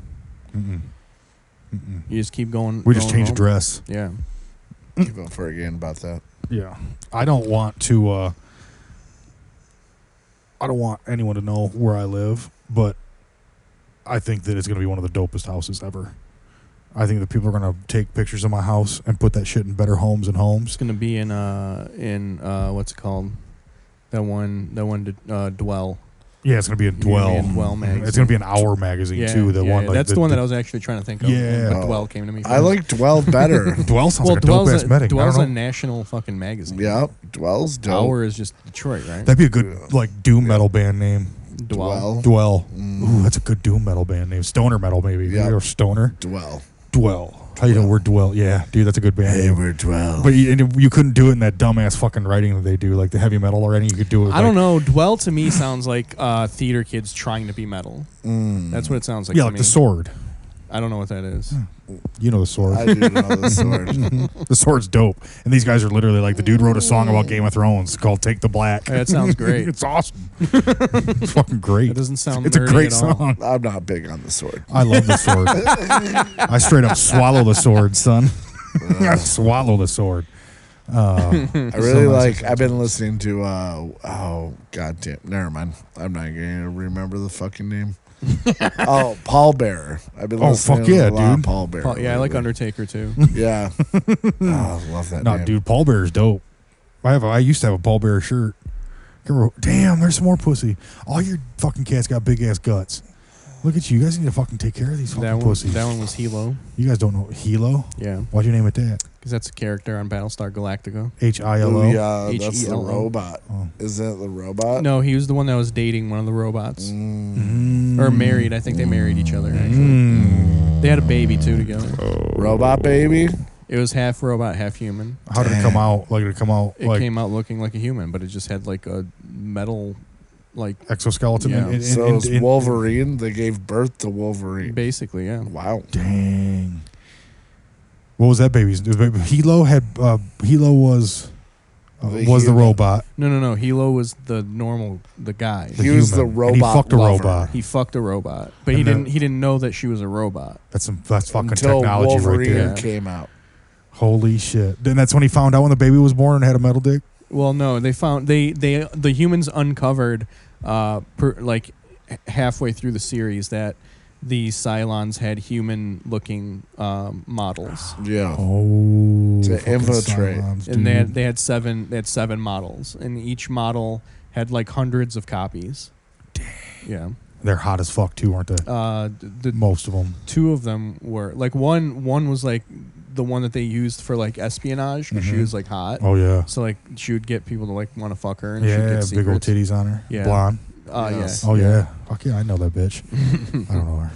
Mm-mm.
You just keep going.
We just
going
changed
home.
dress.
Yeah.
Mm-hmm.
Keep up for again about that.
Yeah. I don't want to uh I don't want anyone to know where I live, but I think that it's going to be one of the dopest houses ever. I think that people are going to take pictures of my house and put that shit in better homes and homes.
It's gonna be in uh in uh what's it called? That one that one to uh, dwell.
Yeah, it's going to be a
You're gonna
dwell.
be in Dwell
Mhm.
magazine.
It's going to be an hour magazine too. The
yeah,
one
yeah.
like
that's the, one that I was actually trying to think of.
Yeah.
but dwell came to me.
I like Dwell better.
Dwell sounds
well,
like a dope
dwell's
ass
a,
medic. I
dwell's
don't
a
know.
national fucking magazine.
yep, Dwell's dope.
Hour is just Detroit, right?
That'd be a good like doom metal band name.
dwell.
Dwell.
Dwell.
Mm.
Ooh, that's a good doom metal band name. Stoner metal maybe.
Yeah.
Or stoner.
Dwell.
Dwell. How you know we're Dwell? Yeah, dude, that's a good band.
Hey,
name.
we're Dwell.
But you, and you couldn't do it in that dumbass fucking writing that they do, like the heavy metal or anything. You could do it. With,
I don't
like-
know. Dwell to me sounds like uh, theater kids trying to be metal.
Mm.
That's what it sounds like.
Yeah,
to
like
me.
the sword.
I don't know what that is.
You know the sword.
I do know the sword.
the sword's dope. And these guys are literally like the dude wrote a song about Game of Thrones called "Take the Black."
Hey, that sounds great.
it's awesome. it's fucking great.
That doesn't sound.
it's a
nerdy
great
at all.
song.
I'm not big on the sword.
I love the sword. I straight up swallow the sword, son.
Uh.
I swallow the sword.
I really
Someone
like. I've been listening to. uh Oh goddamn! Never mind. I'm not gonna remember the fucking name. oh, Paul Bearer. I've been
Oh,
listening
fuck
to
yeah,
a lot of
dude.
Paul Bearer.
Paul- yeah, I like
lately.
Undertaker too.
Yeah, oh, I love that.
No,
name.
dude, Paul Bear's dope. I have. A, I used to have a Paul Bear shirt. Remember- Damn, there's some more pussy. All your fucking cats got big ass guts. Look at you. You guys need to fucking take care of these fucking
that one.
pussies.
That one was Hilo.
You guys don't know Hilo?
Yeah,
Why'd you name it that?
because that's a character on Battlestar Galactica.
H I L
Ooh,
O.
yeah, that's the
H-E-L-O.
robot.
Oh.
Isn't it the robot?
No, he was the one that was dating one of the robots
Uh, Mm,
Mm-hmm.
or married. I think they married each other. Actually,
Mm.
they had a baby too together.
robot baby.
It was half robot, half human.
How did it come out? Like did it come out
It
like
came out looking like a human, but it just had like a metal, like
exoskeleton?
Yeah.
in- in-
so
in-
it's
in-
Wolverine. They gave birth to Wolverine.
basically, yeah.
Wow.
Dang. What was that baby's? Hilo had uh, Hilo was uh,
The
was the
human.
robot.
No, no, no. Hilo was the normal, the guy.
The
He was the
human, and he
robot
fucked a
lover.
robot.
He fucked a robot, but he
And the-
didn't. He didn't know that she was a robot.
That's some that's fucking
Until
technology
Wolverine
right there.
Yeah.
came out.
Holy shit! Then that's when he found out when the baby was born and had a metal dick.
Well, no, they found they they the humans uncovered, uh, per, like h- halfway through the series that the Cylons had human looking um, models,
Yeah.
Oh,
To
fucking
infiltrate.
Cylons,
and they
dude.
had, they had seven they had seven models, and each model had like hundreds of copies. Dang.
they're hot as fuck too, aren't they?
Yeah. Uh, the, the
Most of them.
two of them were like one one was like the one that they used for like espionage because she
Mhm.
was like hot.
Oh yeah,
So like she would get people to like want to fuck her and she'd
yeah,
get
big old
secrets.
titties on her.
Yeah.
blonde.
Uh,
Yes.
yeah.
Oh yeah. fuck yeah, I know that bitch. I don't know her.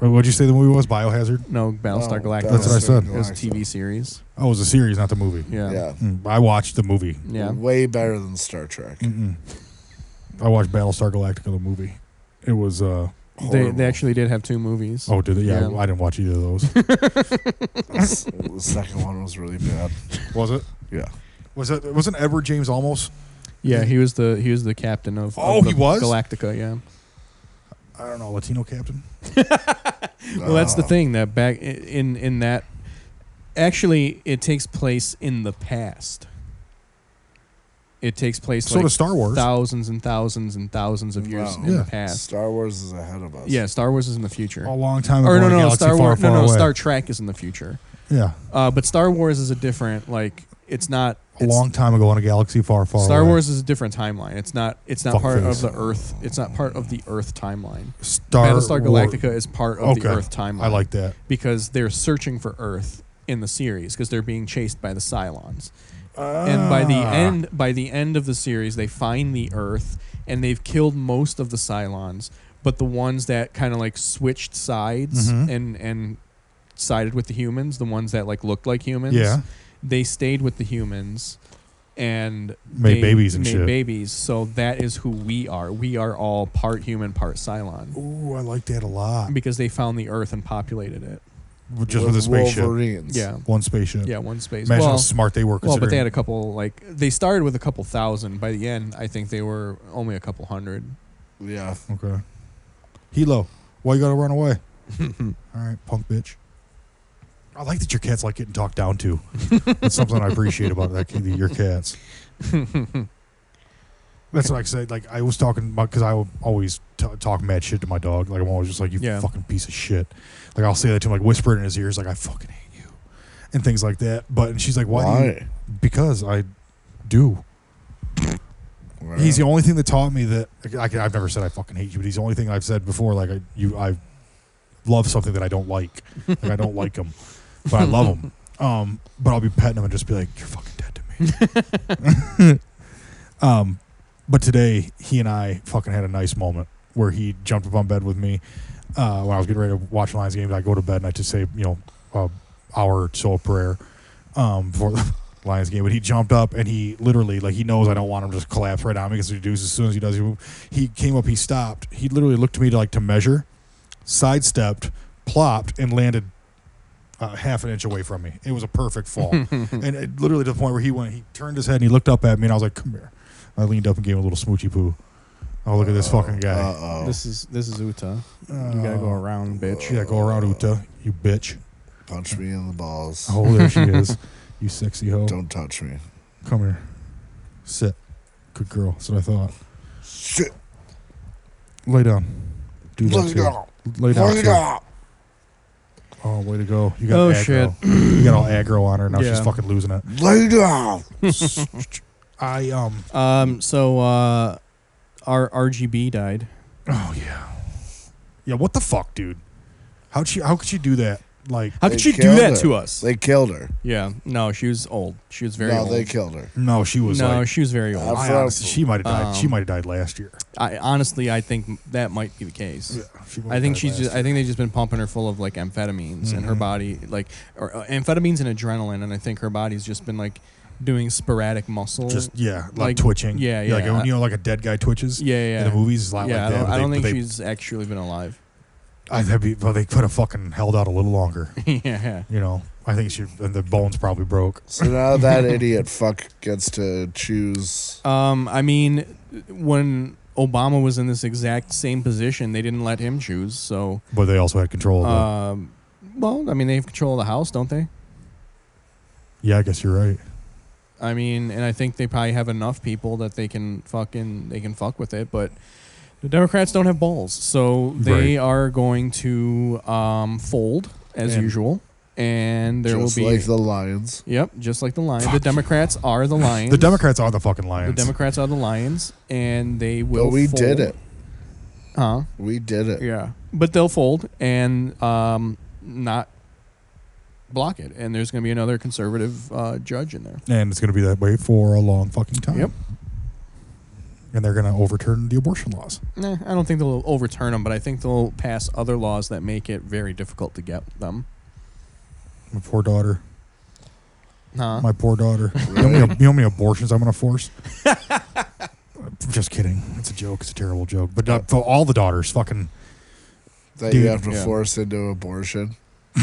What- What'd you say the movie was? Biohazard.
No, Battlestar
Oh,
Galactica.
That's what I
Battlestar
said.
It was a
Galactica.
TV series.
Oh, it was a series, not the movie.
Yeah. Yeah.
Yeah.
Mm, I watched the movie.
Way better than Star Trek.
Mm-mm. I watched Battlestar Galactica the movie. It was uh
They,
Horrible.
they actually did have two movies.
oh did it? Yeah,
Yeah.
I didn't watch either of those.
the second one was really bad.
was it?
Yeah.
Was it? Wasn't Edward James almost?
Yeah, he was the he was the captain of, of
Oh,
the
he was?
Galactica, yeah.
I don't know, Latino captain.
Well, that's the
Uh,
thing that back i- in in that actually it takes place in the past. It takes place
So
like
does Star Wars.
thousands and thousands and thousands of years
Oh, Wow.
in
Yeah.
the past.
Star Wars is ahead of us.
Yeah, Star Wars is in the future.
A long time ago.
or no,
in
no,
a
no,
galaxy
Star
far,
Wars. No,
far
no,
away.
Star Trek is in the future.
Yeah,
Uh, but Star Wars is a different like it's not
a
it's-
long time ago in a galaxy far, far.
Star
away.
Wars is a different timeline. It's not. It's not
Fuck
part
face.
of the Earth. It's not part of the Earth timeline.
Star
Battlestar
War-
Galactica is part of
Okay,
the Earth timeline.
I like that.
because they're searching for Earth in the series because they're being chased by the Cylons. And by
Ah.
the end, by the end of the series, they find the Earth and they've killed most of the Cylons, but the ones that kind of like switched sides
Mm-hmm.
and and sided with the humans, the ones that like looked like humans,
Yeah.
they stayed with the humans and
Made
they
babies and
made
shit.
babies. So that is who we are. We are all part human, part Cylon
Ooh, I like that a lot.
because they found the Earth and populated it.
Just with a spaceship.
Wolverines.
Yeah.
One spaceship.
Yeah, one space.
Imagine how
well,
smart they were.
well, but they had
considering-
a couple like they started with a couple thousand. By the end, I think they were only a couple hundred.
Yeah.
Okay. Hilo, why you gotta run away? All right, punk bitch. I like that your cats like getting talked down to. That's something I appreciate about that your cats. That's what I said. Like I was talking about because I will always t- talk mad shit to my dog. Like I'm always just like you
Yeah.
fucking piece of shit. Like I'll say that to him, like whisper it in his ears, like I fucking hate you, and things like that. But and she's like, why? do you-"
Why?
Because I do. He's the only thing that taught me that I, I, have never said I fucking hate you, but he's the only thing I've said before. Like I, you, I love something that I don't like. Like I don't like him, but I love him. Um, but I'll be petting him and just be like, "You're fucking dead to me." um, but today he and I fucking had a nice moment where he jumped up on bed with me uh, when I was getting ready to watch the Lions game. I go to bed and I just say, you know, a hour or so of prayer um, before the Lions game. But he jumped up and he literally, like, he knows I don't want him to just collapse right on me because he does. As soon as he does, he, he came up, he stopped. He literally looked to me to like to measure, sidestepped, plopped, and landed. Uh, half an inch away from me. It was a perfect fall. and it, literally to the point where he went, he turned his head and he looked up at me and I was like, come here. I leaned up and gave him a little smoochy poo. Oh, look at this fucking guy.
Uh oh.
This is this is Uta. You gotta go around, bitch.
Yeah, go around, Uta, you bitch.
Punch me in the balls.
Oh, there she is. You sexy hoe.
Don't touch me.
Come here. Sit. Good girl. That's what I thought.
Shit.
Lay down. Do that
Look
too.
out.
Lay down.
Look
too.
out.
Oh, way to go. You got
Oh,
aggro. You got all aggro on her. Now she's
Yeah.
fucking losing it.
Lay down.
I, um,
Um. So, uh, our RGB died.
oh, yeah. Yeah, what the fuck, dude? How'd she, how could she do that? Like,
How
They
could she do
killed
that
her.
to us?
They killed her.
yeah. No, she was old. She was very
no,
old.
they killed her.
no, she was
no,
like,
she was very old.
Uh,
I
from-
honestly, she might have died. she
um,
might have died last year.
I honestly, I think that might be the case.
She might
I
have
think
died
she's
last
just. I think they've just been pumping her full of like amphetamines, and
Mm-hmm.
her body like or, uh, amphetamines and adrenaline, and I think her body's just been like doing sporadic muscle.
just yeah, like,
like,
twitching.
yeah,
Like
yeah.
when, you know, like a dead guy twitches.
Yeah, yeah.
In the movies, it's a lot
yeah,
like
I
that.
don't,
but
I don't
they,
think
but
she's actually been alive.
They, I, that'd be, well, they could have fucking held out a little longer.
yeah,
You know, I think she and the bones probably broke.
So now that idiot fuck gets to choose.
Um, I mean, when Obama was in this exact same position, they didn't let him choose. So,
But they also had control. of it.
um, well, I mean, they have control of the House, don't they?
yeah, I guess you're right.
I mean, and I think they probably have enough people that they can fucking they can fuck with it, but the Democrats don't have balls, so they
Right.
are going to um, fold as
And-
usual, and there
just
will be
like the lions.
yep, just like the lions. The Democrats are the lions.
The Democrats are the fucking
The
lions.
Democrats are the lions, and they will.
But we
fold.
did it.
huh?
We did it.
Yeah, but they'll fold and um, not block it, and there's going to be another conservative uh, judge in there.
and it's going to be that way for a long fucking time.
Yep.
And they're going to overturn the abortion laws.
Nah, I don't think they'll overturn them, but I think they'll pass other laws that make it very difficult to get them.
My poor daughter.
Huh?
My poor daughter. You know, how many, you know how many abortions I'm going to force? Just kidding. It's a joke. It's a terrible joke. But uh, for all the daughters, fucking.
That
Dude,
you have to
yeah.
force into abortion.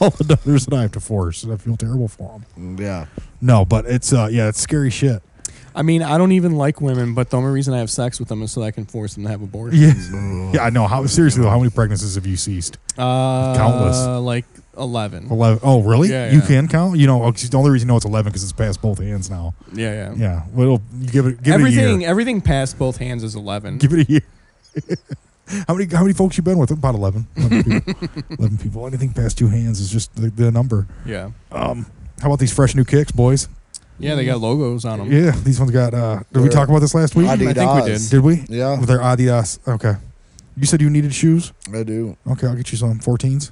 all the daughters that I have to force. and I feel terrible for them.
Mm, Yeah.
No, but it's uh, yeah, it's scary shit.
I mean, I don't even like women, but the only reason I have sex with them is so that I can force them to have abortions.
Yeah, yeah, I know. How seriously though? How many pregnancies have you ceased?
Uh,
Countless.
Like 11.
Eleven. Oh, really?
Yeah,
You
yeah.
can count. You know, oh, 'cause the only reason you know it's eleven because it's past both hands now.
Yeah, yeah.
Yeah. Well, you give it give it a
everything,
year.
everything past both hands is 11.
Give it a year. how many how many folks you been with? About eleven. 11 people. eleven people. Anything past two hands is just the, the number.
yeah.
How about these fresh new kicks, boys?
Yeah, they got logos on them.
Yeah, these ones got. uh Did we talk about this last week?
think we
Adidas.
Did we?
Yeah.
With their Adidas. Okay. You said you needed shoes.
I do.
Okay, I'll get you some 14s.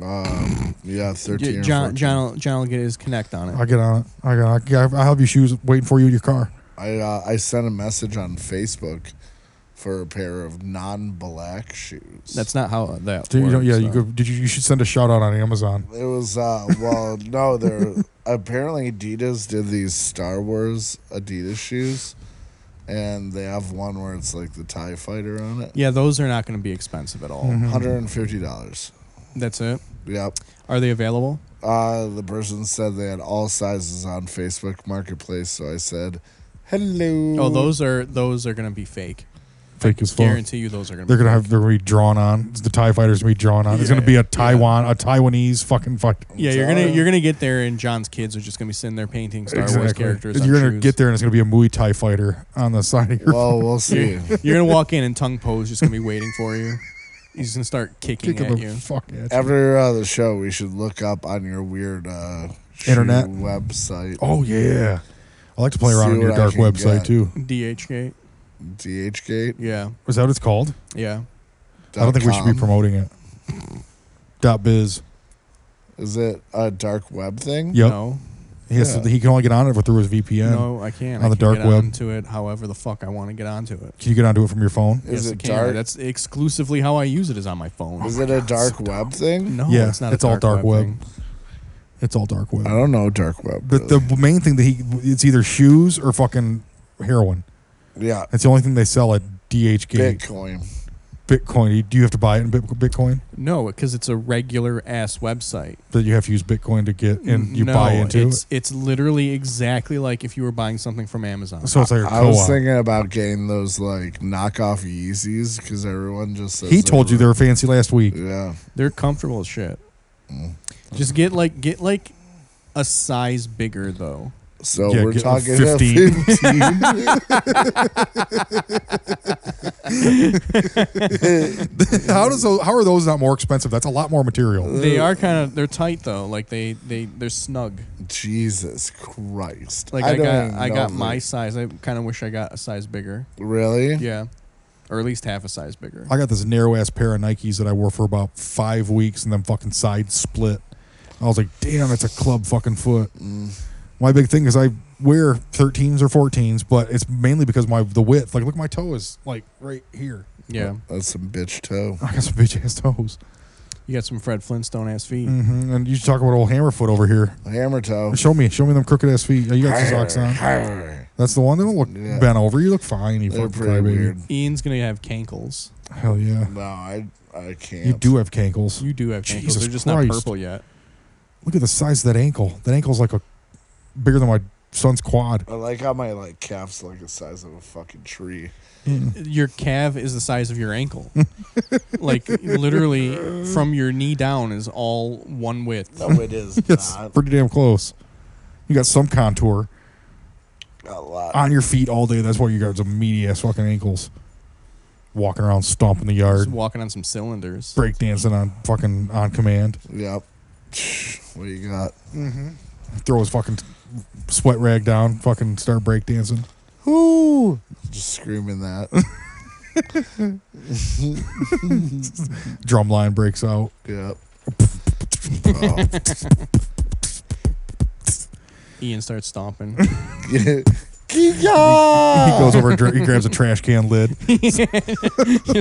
Um, yeah, thirteen.
Yeah,
or
John,
14.
John, will, John will get his connect on
I
it.
get on it. I get on it. I have your shoes waiting for you in your car.
I uh, I sent a message on Facebook for a pair of non-black shoes.
That's not how that
Dude, you
works. uh,
don't, yeah, you
though.
could. Did you? You should send a shout out on Amazon.
It was uh well no they're apparently Adidas did these Star Wars Adidas shoes and they have one where it's like the TIE fighter on it.
Yeah, Mm-hmm. those are not going to be expensive at all.
Mm-hmm.
Hundred and fifty dollars.
That's it.
Yep.
Are they available?
Uh the person said they had all sizes on Facebook marketplace, so I said Hello.
Oh, those are those are going to be fake.
Fake as fuck.
Guarantee you, those are going to.
They're
be
gonna have. They're gonna be drawn on. The Tie Fighters gonna be drawn on. It's
Yeah,
gonna be
yeah.
a Taiwan, a Taiwanese fucking fuck.
Yeah, you're gonna
Sorry.
you're gonna get there, and John's kids are just gonna be sitting there painting Star Wars characters.
And
on
you're gonna
shoes.
get there, and it's gonna be a Muay Thai fighter on the side of your.
Well, we'll see.
You're, you're gonna walk in, and Tongue Po's just gonna be waiting for you. He's gonna start kicking
Kicking
at
the
you.
fuck at you.
After uh, the show, we should look up on your weird uh, shoe
Internet?
website.
Oh yeah, I like to play
See
around on your
what I
dark
can
website
get.
too.
DH gate.
DHgate.
Yeah,
Is that what it's called?
yeah.
I don't think we should be
com.
promoting it. Dot biz.
Is it a dark web thing?
Yep.
No,
He, has to-
Yeah.
he can only get on it through his VPN.
no, I can't.
On
I
the
can
dark
get
web.
onto it. However, the fuck I want to get onto it.
Can you get onto it from your phone?
Is
yes, I
it
can.
dark?
That's exclusively how I use it. Is on Oh my phone.
Is it a dark web thing?
No,
Yeah,
it's not.
it's
a
all
dark
dark web.
thing.
It's all dark web.
I don't know dark web.
But the main thing that he it's either shoes or fucking heroin.
yeah,
That's the only thing they sell at DH Gate.
Bitcoin.
Bitcoin. Do you have to buy it in Bit- Bitcoin?
No, because it's a regular ass website.
That you have to use Bitcoin to get and you
no,
buy into
it's
it.
it's literally exactly like if you were buying something from Amazon.
So it's like a
I was
co-op.
thinking about getting those like knockoff Yeezys because everyone just says
he told you they were fancy last week.
Yeah,
They're comfortable as shit. Just get like get like a size bigger though.
so
Yeah,
we're
get
talking a
15.
15.
how does those, how are those not more expensive? That's a lot more material.
They are kind of they're tight though. Like they they they're snug.
Jesus Christ!
Like I,
don't
got
even
I
know
got
if
my
it-
size. I kind of wish I got a size bigger.
really.
Yeah, or at least half a size bigger.
I got this narrow ass pair of Nikes that I wore for about five weeks and then fucking side split. I was like, damn, that's a club fucking foot.
Mm.
My big thing is I wear 13s or 14s, but it's mainly because my the width. Like, look, my toe is like right here.
Yeah,
That's some bitch toe.
I got some bitch ass toes.
you got some Fred Flintstone ass
Mm.
feet.
hmm And you talk about old hammer foot over here.
Hammer toe.
Uh, Show me, show me them crooked ass feet. Oh, you got some socks on.
They're
That's the one. They don't look
Yeah.
bent over. You look fine. You fucking
pretty
crybaby.
weird.
Ian's gonna have cankles.
Hell yeah.
No, I I can't.
You do have cankles.
You do have cankles.
Jesus
they're just
Christ.
not purple yet.
Look at the size of that ankle. That ankle's like a bigger than my son's quad.
I like how my like calf's like the size of a fucking tree.
Your calf is the size of your ankle. like literally from your knee down is all one width.
No, it is
It's
not
pretty damn close. You got some contour
a lot.
on your feet all day. That's why you got some meaty ass fucking ankles. Walking around stomping the
Just
yard,
walking on some cylinders.
breakdancing on fucking on command.
Yep. What do you got?
Throw his fucking sweat rag down, fucking start breakdancing.
Who? Just screaming that.
Drum line breaks out.
yep. Oh.
Ian starts stomping.
He goes over and dra-
Oh.
he grabs a trash can lid.
He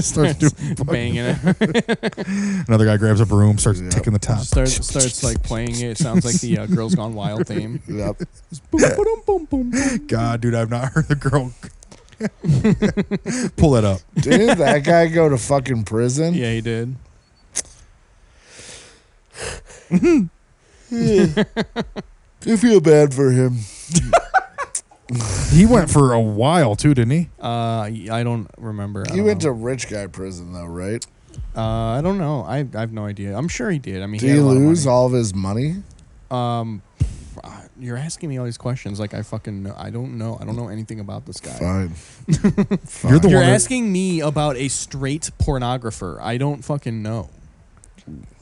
starts
doing
banging it.
Another guy grabs a broom, starts
Yeah.
ticking the top.
Starts starts like playing it. It sounds like the uh, Girls Gone Wild theme.
Yep.
Boom, ba-dum, boom, boom, boom.
God, dude, I've not heard the girl. Pull that up.
Didn't that guy go to fucking prison?
Yeah, he did.
I feel bad for him.
He went for a while too, didn't he?
Uh, I don't remember. I
He
don't
went
know.
to rich guy prison though, right?
Uh, I don't know. I I have no idea. I'm sure he did. I mean,
Did
he, had
he
a lot of
lose
money.
all of his money?
Um, ah, you're asking me all these questions like I fucking know. I don't know. I don't know anything about this guy.
Fine. Fine.
You're the
You're
one. that-
asking me about a straight pornographer. I don't fucking know.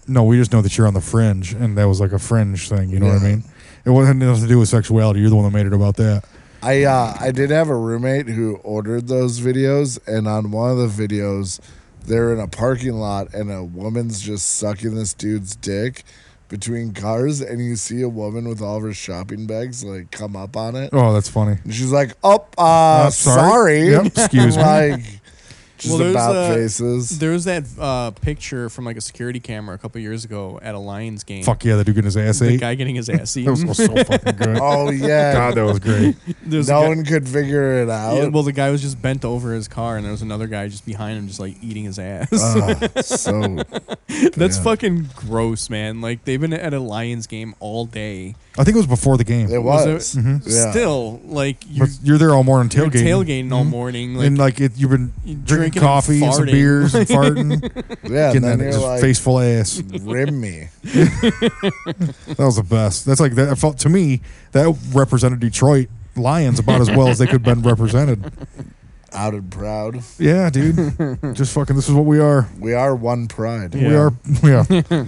no, we just know that you're on the fringe, and that was like a fringe thing. You know what I
Yeah.
mean? It wasn't nothing to do with sexuality. You're the one that made it about that.
I uh, I did have a roommate who ordered those videos, and on one of the videos, They're in a parking lot and a woman's just sucking this dude's dick between cars, and you see a woman with all of her shopping bags like come up on it.
Oh, that's funny.
And she's like, "Oh, uh,
Uh,
sorry,
sorry. Yep, excuse me.
like, just
Well, there's,
about
uh,
faces.
There was that uh, picture from like a security camera a couple years ago at a Lions game.
Fuck yeah, that dude getting his ass
the
ate.
guy getting his ass
That
eaten.
was, was so fucking good.
oh yeah,
God, that was great.
There's a
no
guy-
one could figure it out.
Yeah, well, the guy was just bent over his car, and there was another guy just behind him, just like eating his ass.
Uh,
Ah, so
That's
yeah.
fucking gross, man. Like they've been at a Lions game all day.
I think it was before the game.
it
Was
was.
it-
Yeah.
Still, like you're,
But you're there all morning
you're
Mm-hmm. tailgating.
tailgating
Mm-hmm.
all morning. Like
and like it, you've been
You
drinking,
drinking and
coffee, and some
farting.
beers, and farting,
Yeah,
getting
and then
that
you're
just
like,
face full of ass.
rim me.
That was the best. That's like that. I felt to me that represented Detroit Lions about as well as they could have been represented.
Out and proud.
Yeah, dude. Just fucking. This is what we are.
We are one pride.
Yeah.
We are. We are.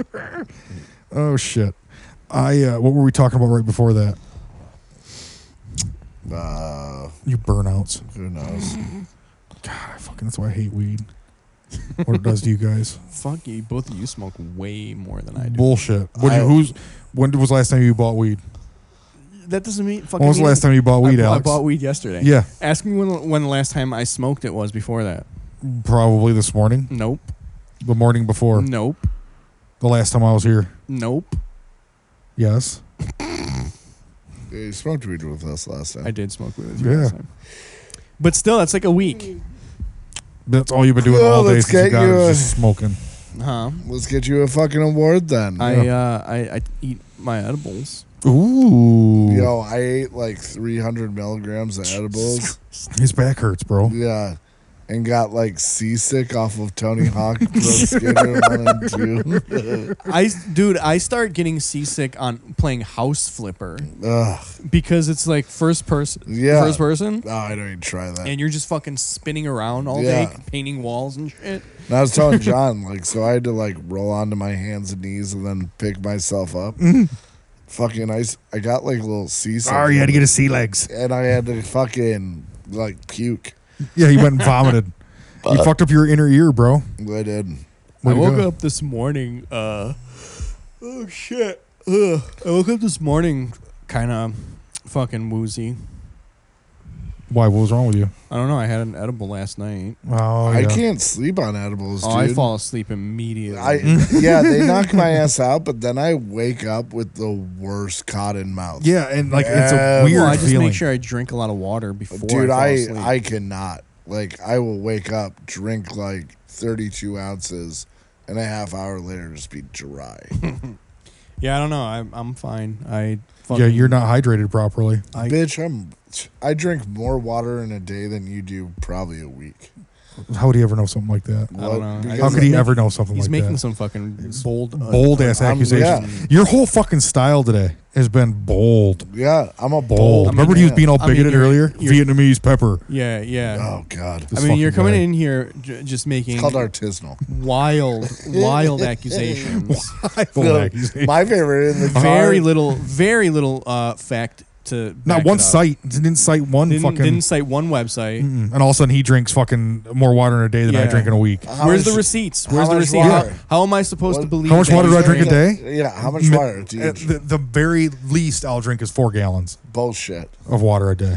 oh shit. I. Uh, what were we talking about right before that?
Uh,
You burnouts.
who knows?
God, I fucking. That's why I hate weed. What it does to you guys?
fuck you, both of you smoke way more than I do.
Bullshit. What
I-
you, who's? When was the last time you bought weed?
that doesn't mean. Fucking
When was the
mean
last time you bought weed,
I, bu- I
Alex?
bought weed yesterday.
yeah,
Ask me when when the last time I smoked it was before that.
probably this morning,
Nope.
the morning before,
Nope.
the last time I was here.
Nope.
Yes.
Yeah, you smoked weed with us last
I
night.
did smoke weed with you
Yeah.
last time. But still, that's like a week.
That's all you've been doing
Well,
all day
let's
since you
get
got
you
here
a-
is just smoking.
Huh?
Let's get you a fucking award then.
I uh, I I eat my edibles.
Ooh.
Yo, I ate like 300 milligrams of edibles.
His back hurts, bro.
Yeah. And got like seasick off of Tony Hawk Pro Skater 1 and 2.
I dude, I start getting seasick on playing House Flipper
Ugh.
because it's like first person,
Yeah.
first person,
Oh, I don't even try that.
and you're just fucking spinning around all day,
Yeah.
painting walls and shit.
And I was telling John, like, so I had to like roll onto my hands and knees and then pick myself up.
Mm-hmm.
Fucking, I, s- I got like a little seasick.
Sorry, you had to get his sea legs.
and I had to fucking like puke.
Yeah, he went and vomited. you fucked up your inner ear, bro.
I did.
Way
I
to
woke
go.
up this morning. Uh, oh shit! Ugh. I woke up this morning, kind of fucking woozy.
Why? What was wrong with you?
I don't know. I had an edible last night.
Oh,
I
yeah.
can't sleep on edibles, dude.
Oh, I fall asleep immediately.
I yeah, they knock my ass out, but then I wake up with the worst cotton mouth.
Yeah, and like it's
Yeah,
a weird
well, I just
feeling.
make sure I drink a lot of water before.
dude,
I, fall
I
asleep.
I cannot. Like, I will wake up, drink like thirty-two ounces, and a half hour later just be dry.
yeah, I don't know. I'm I'm fine. I fucking,
yeah, you're not hydrated properly.
I-
Bitch, I'm I drink more water in a day than you do probably a week.
How would he ever know something like that?
I don't know.
Because
How could
I-
he ever know something
He's
like
making
that?
some fucking bold, uh,
bold ass
I'm-
accusations. Your whole fucking style today has been bold.
Yeah, I'm a
Bold.
bold.
Remember he was
man.
being all
I mean,
bigoted
you're-
earlier?
you're-
Vietnamese pepper.
Yeah, yeah.
Oh God,
I
This
mean, you're
fucking
coming
guy.
in here j- just making
it's called artisanal.
wild, wild accusations.
Bold
No,
accusation.
my favorite in the car.
very little, very little uh, fact to back
Not
it
one
up.
site. Didn't cite one
Didn't,
fucking. Mm.
didn't cite one website.
Mm-mm. And all of a sudden, he drinks fucking more water in a day than I
Yeah.
drink in a week.
How
Where's
much-
the receipts?
how
Where's the
much
receipt? How,
water?
how am I supposed
What-
to believe?
How much
that
water
he's
do I drink a
drinking-
day?
Yeah, how much water do you
At
drink?
the, the very least, I'll drink is four gallons
Bullshit.
of water a day.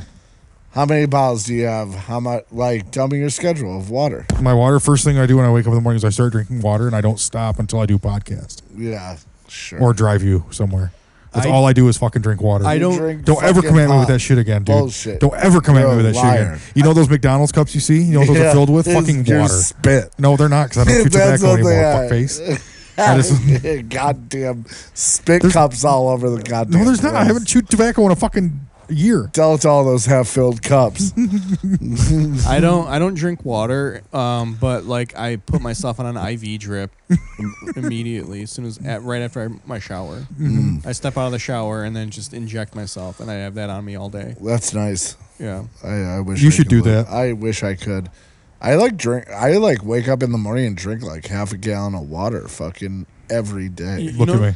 How many bottles do you have? How much? Like, tell me your schedule of water.
My water, first thing I do when I wake up in the morning is I start drinking water and I don't stop until I do podcast
Yeah, sure.
or drive you somewhere. That's
I-
all I do is fucking drink water.
I
You
don't-
drink
Don't ever
fucking
come at me with
hot.
that shit again, dude.
Bullshit.
Don't ever come
You're
at me
a
with that shit
liar.
again. You know those McDonald's cups you see? You know what those
Yeah,
are filled with?
it's
Fucking
your
water.
Spit.
No, they're not because I don't chew
That's
tobacco
what
anymore,
they are.
fuckface. I just-
goddamn spit
There's-
cups all over the goddamn.
No, there's not. I
place.
haven't chewed tobacco in a fucking year.
Tell it to all those half-filled cups.
I don't. I don't drink water. Um, but like I put myself on an IV drip immediately as soon as at, right after I, my shower.
Mm-hmm.
I step out of the shower and then just inject myself, and I have that on me all day.
That's nice.
Yeah.
I, I wish
You
I
should
could
do
live-
that.
I wish I could. I like drink. I like wake up in the morning and drink like half a gallon of water, fucking every day.
You
Look
know-
at me.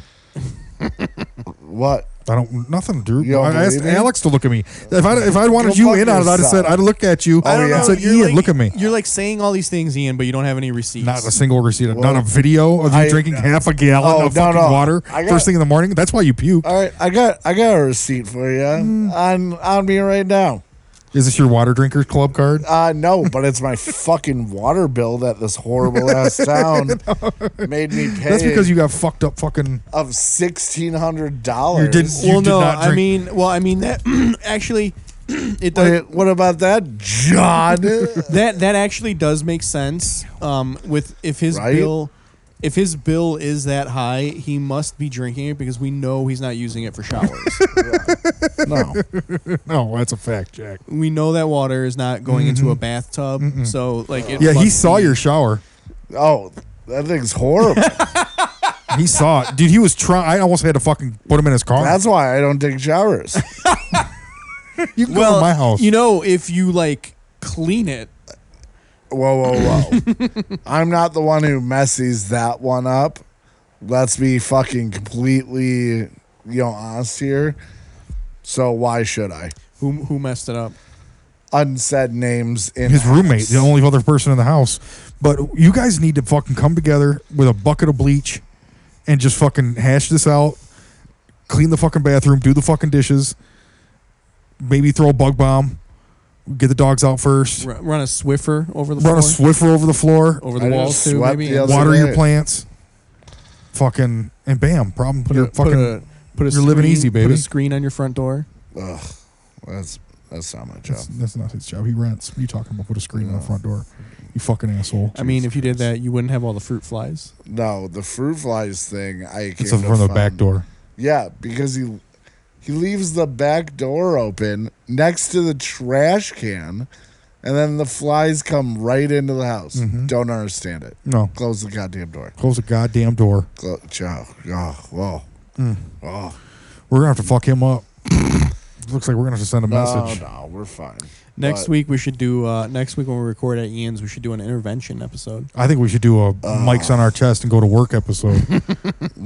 What?
I don't nothing, dude.
You don't
I asked
believe me?
Alex to look at me. If I if I wanted
Go
you
fuck
in on it, I'd have said
yourself. Oh,
I'd look at you.
I don't
and
know,
said,
you're
Ian,
like-
look at me.
You're like saying all these things, Ian, but you don't have any receipts.
Not a single receipt. not
Well,
a video of you
I-
drinking half a gallon
Oh,
of
no,
fucking
no.
water
I got- Uh,
first thing in the morning. That's why you puke.
All right, I got I got a receipt for you
Mm.
on on me right now.
Is this your water drinkers club card?
Uh, no, but it's my fucking water bill that this horrible ass town made me pay.
That's because you got fucked up fucking.
of sixteen hundred dollars.
You didn't-
well,
did
no,
not
I
drink-
mean, well, I mean that actually, it does,
Wait, what about that, John?
that that actually does make sense. Um, with if his
Right?
bill, if his bill is that high, he must be drinking it because we know he's not using it for showers.
no,
No, that's a fact, Jack.
we know that water is not going into a bathtub. So like, it
Yeah, he
must
saw
be-
your shower.
oh, that thing's horrible.
He saw it, dude. He was trying. I almost had to fucking put him in his car.
That's why I don't take showers.
you can go
well,
to my house.
You know, if you like clean it,
Whoa, whoa, whoa! I'm not the one who messes that one up. Let's be fucking completely, you know, honest here. So why should I?
who who messed it up?
Unsaid names in
his roommate, the only other person in the house. But you guys need to fucking come together with a bucket of bleach and just fucking hash this out. Clean the fucking bathroom, do the fucking dishes, maybe throw a bug bomb, get the dogs out first,
Ru- run a Swiffer over the
run a
floor?
swiffer over the floor,
over the
I
walls
just
too,
swept
maybe.
the
and
other-
water your
right.
plants, fucking, and bam, problem.
put,
you're
a,
fucking.
put a put a
you're living
screen-
easy,
Put
baby.
a screen on your front door.
Ugh, that's that's not my job.
that's, that's not his job. He rents. What are you talking about? Put a screen on
No.
the front door. You fucking asshole.
I mean, if you did that, you wouldn't have all the fruit flies.
No, the fruit flies thing. I came
it's
to
from the back
find-
door.
Yeah, because he he leaves the back door open next to the trash can, and then the flies come right into the house.
Mm-hmm.
Don't understand it.
No,
Close the goddamn door.
close the goddamn door.
Close. Oh, oh, whoa. Oh,
We're gonna have to fuck him up. Looks like we're gonna have to send a
no,
message.
no, we're fine.
Next
But-
week we should do. Uh, next week when we record at Ian's, we should do an intervention episode.
I think we should do a mics on our chest and go to work episode.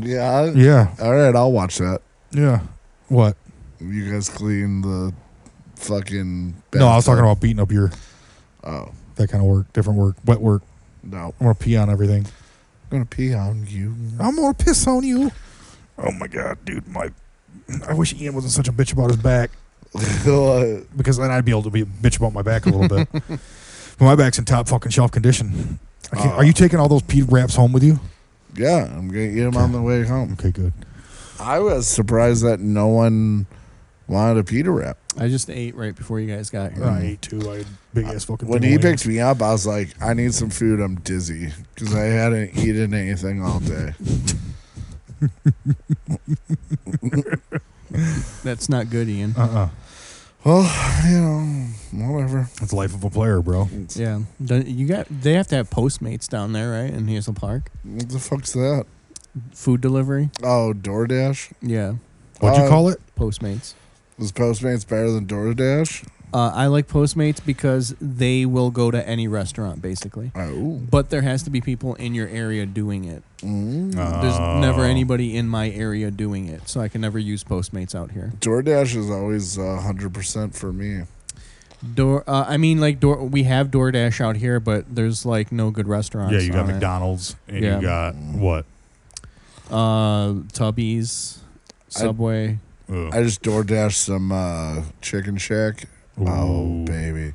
Yeah.
yeah,
All right, I'll watch that.
yeah. What?
You guys clean the fucking.
No, I was talking
bathtub.
about beating up your
Oh
that kind of work, different work, wet work.
no,
I'm gonna pee on everything.
I'm gonna pee on you.
I'm gonna piss on you. Oh my god, dude, my. I wish Ian wasn't such a bitch about his back because then I'd be able to be a bitch about my back a little bit. But my back's in top fucking shelf condition. I can't, are you taking all those pee wraps home with you?
yeah, I'm gonna eat him on the way home.
Okay, good.
I was surprised that no one wanted a pita wrap.
I just ate right before you guys got here.
I ate two. I had big ass fucking.
When
thing
he
of wings.
picked me up, I was like, I need some food. I'm dizzy because I hadn't eaten anything all day.
That's not good, Ian.
Uh-uh.
Well, you know, whatever.
It's life of a player, bro.
yeah, Don't- you got. They have to have Postmates down there, right? In Hazel Park,
What the fuck's that?
food delivery.
Oh, DoorDash?
Yeah,
What'd you
Uh,
call it?
Postmates.
Is Postmates better than DoorDash?
Uh, I like Postmates because they will go to any restaurant basically.
Oh.
But there has to be people in your area doing it.
Mm.
Uh.
There's never anybody in my area doing it, so I can never use Postmates out here.
DoorDash is always uh, 100% for me.
Door, uh, I mean, like door. We have DoorDash out here, but there's like no good restaurants.
Yeah, you got
on it.
McDonald's and
Yeah.
you got what?
Uh, Tubby's, Subway.
Ugh.
I just DoorDash some uh, Chicken Shack. Oh,
Ooh.
baby.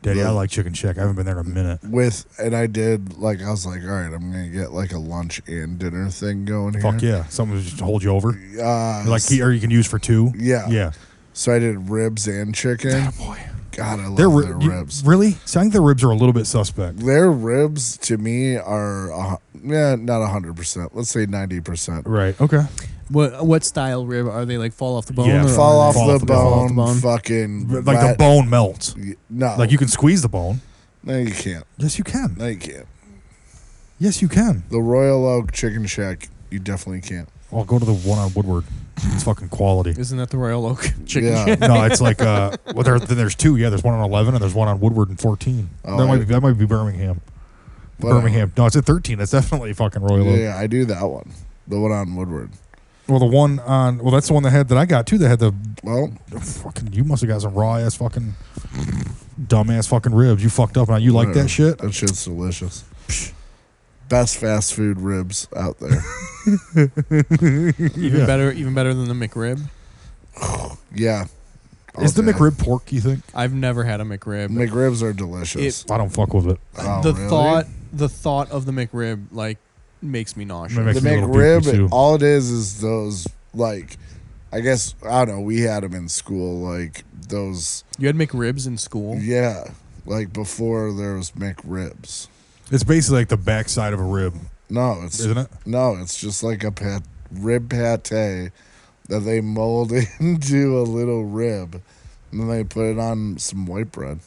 Daddy, I like Chicken Shack. I haven't been there in a minute.
with and I did like I was like, all right, I'm gonna get like a lunch and dinner thing going here.
Fuck yeah. Something to just hold you over.
Uh,
Like, or you can use for two.
yeah,
Yeah.
So I did ribs and chicken. God, I love
Their, ri-
their
you-
ribs.
Really? So I think the ribs are a little bit suspect.
their ribs to me are uh, yeah, not hundred percent. Let's say ninety percent.
Right. Okay.
What what style rib are they? Like fall off the bone?
Yeah,
or
Fall
are
off,
they-
Fall
the
off the bone.
bone,
Fall off the bone.
fucking
Like the bone melts.
bone. No,
Like you can squeeze the bone.
no, you can't.
Yes, you can.
No, you can't.
Yes, you can.
The Royal Oak Chicken Shack, you definitely can't.
I'll go to the one on Woodward. It's fucking quality.
Isn't that the Royal Oak chicken?
yeah.
Shack?
No, it's like uh, well, there, then there's two. Yeah, there's one on 11 and there's one on Woodward and 14.
Oh, uh,
that might
I-
be that might be Birmingham.
Whatever.
Birmingham. No, it's at 13. That's definitely fucking Royal Oak.
Yeah, I do that one. The one on Woodward.
Well, the one on well, that's the one that had that I got too. That had the
Well,
fucking. You must have got some raw ass fucking dumbass fucking ribs. You fucked up. Now you like that shit?
that shit's delicious. Best fast food ribs out there.
Even
Yeah.
better, even better than the McRib.
Yeah.
Is the
Okay.
McRib pork? You think?
I've never had a McRib.
McRibs are delicious.
I don't fuck with it.
Oh,
the
really?
thought, the thought of the McRib like makes me nauseous.
Maybe-
the
Makes me a little beepy, too.
McRib, all it is is those like, I guess I don't know. We had them in school, like those.
You had McRibs in school.
Yeah, like before there was McRibs.
It's basically like the backside of a rib,
No, it's
isn't it?
no, it's just like a pat, rib pate that they mold into a little rib, and then they put it on some white bread.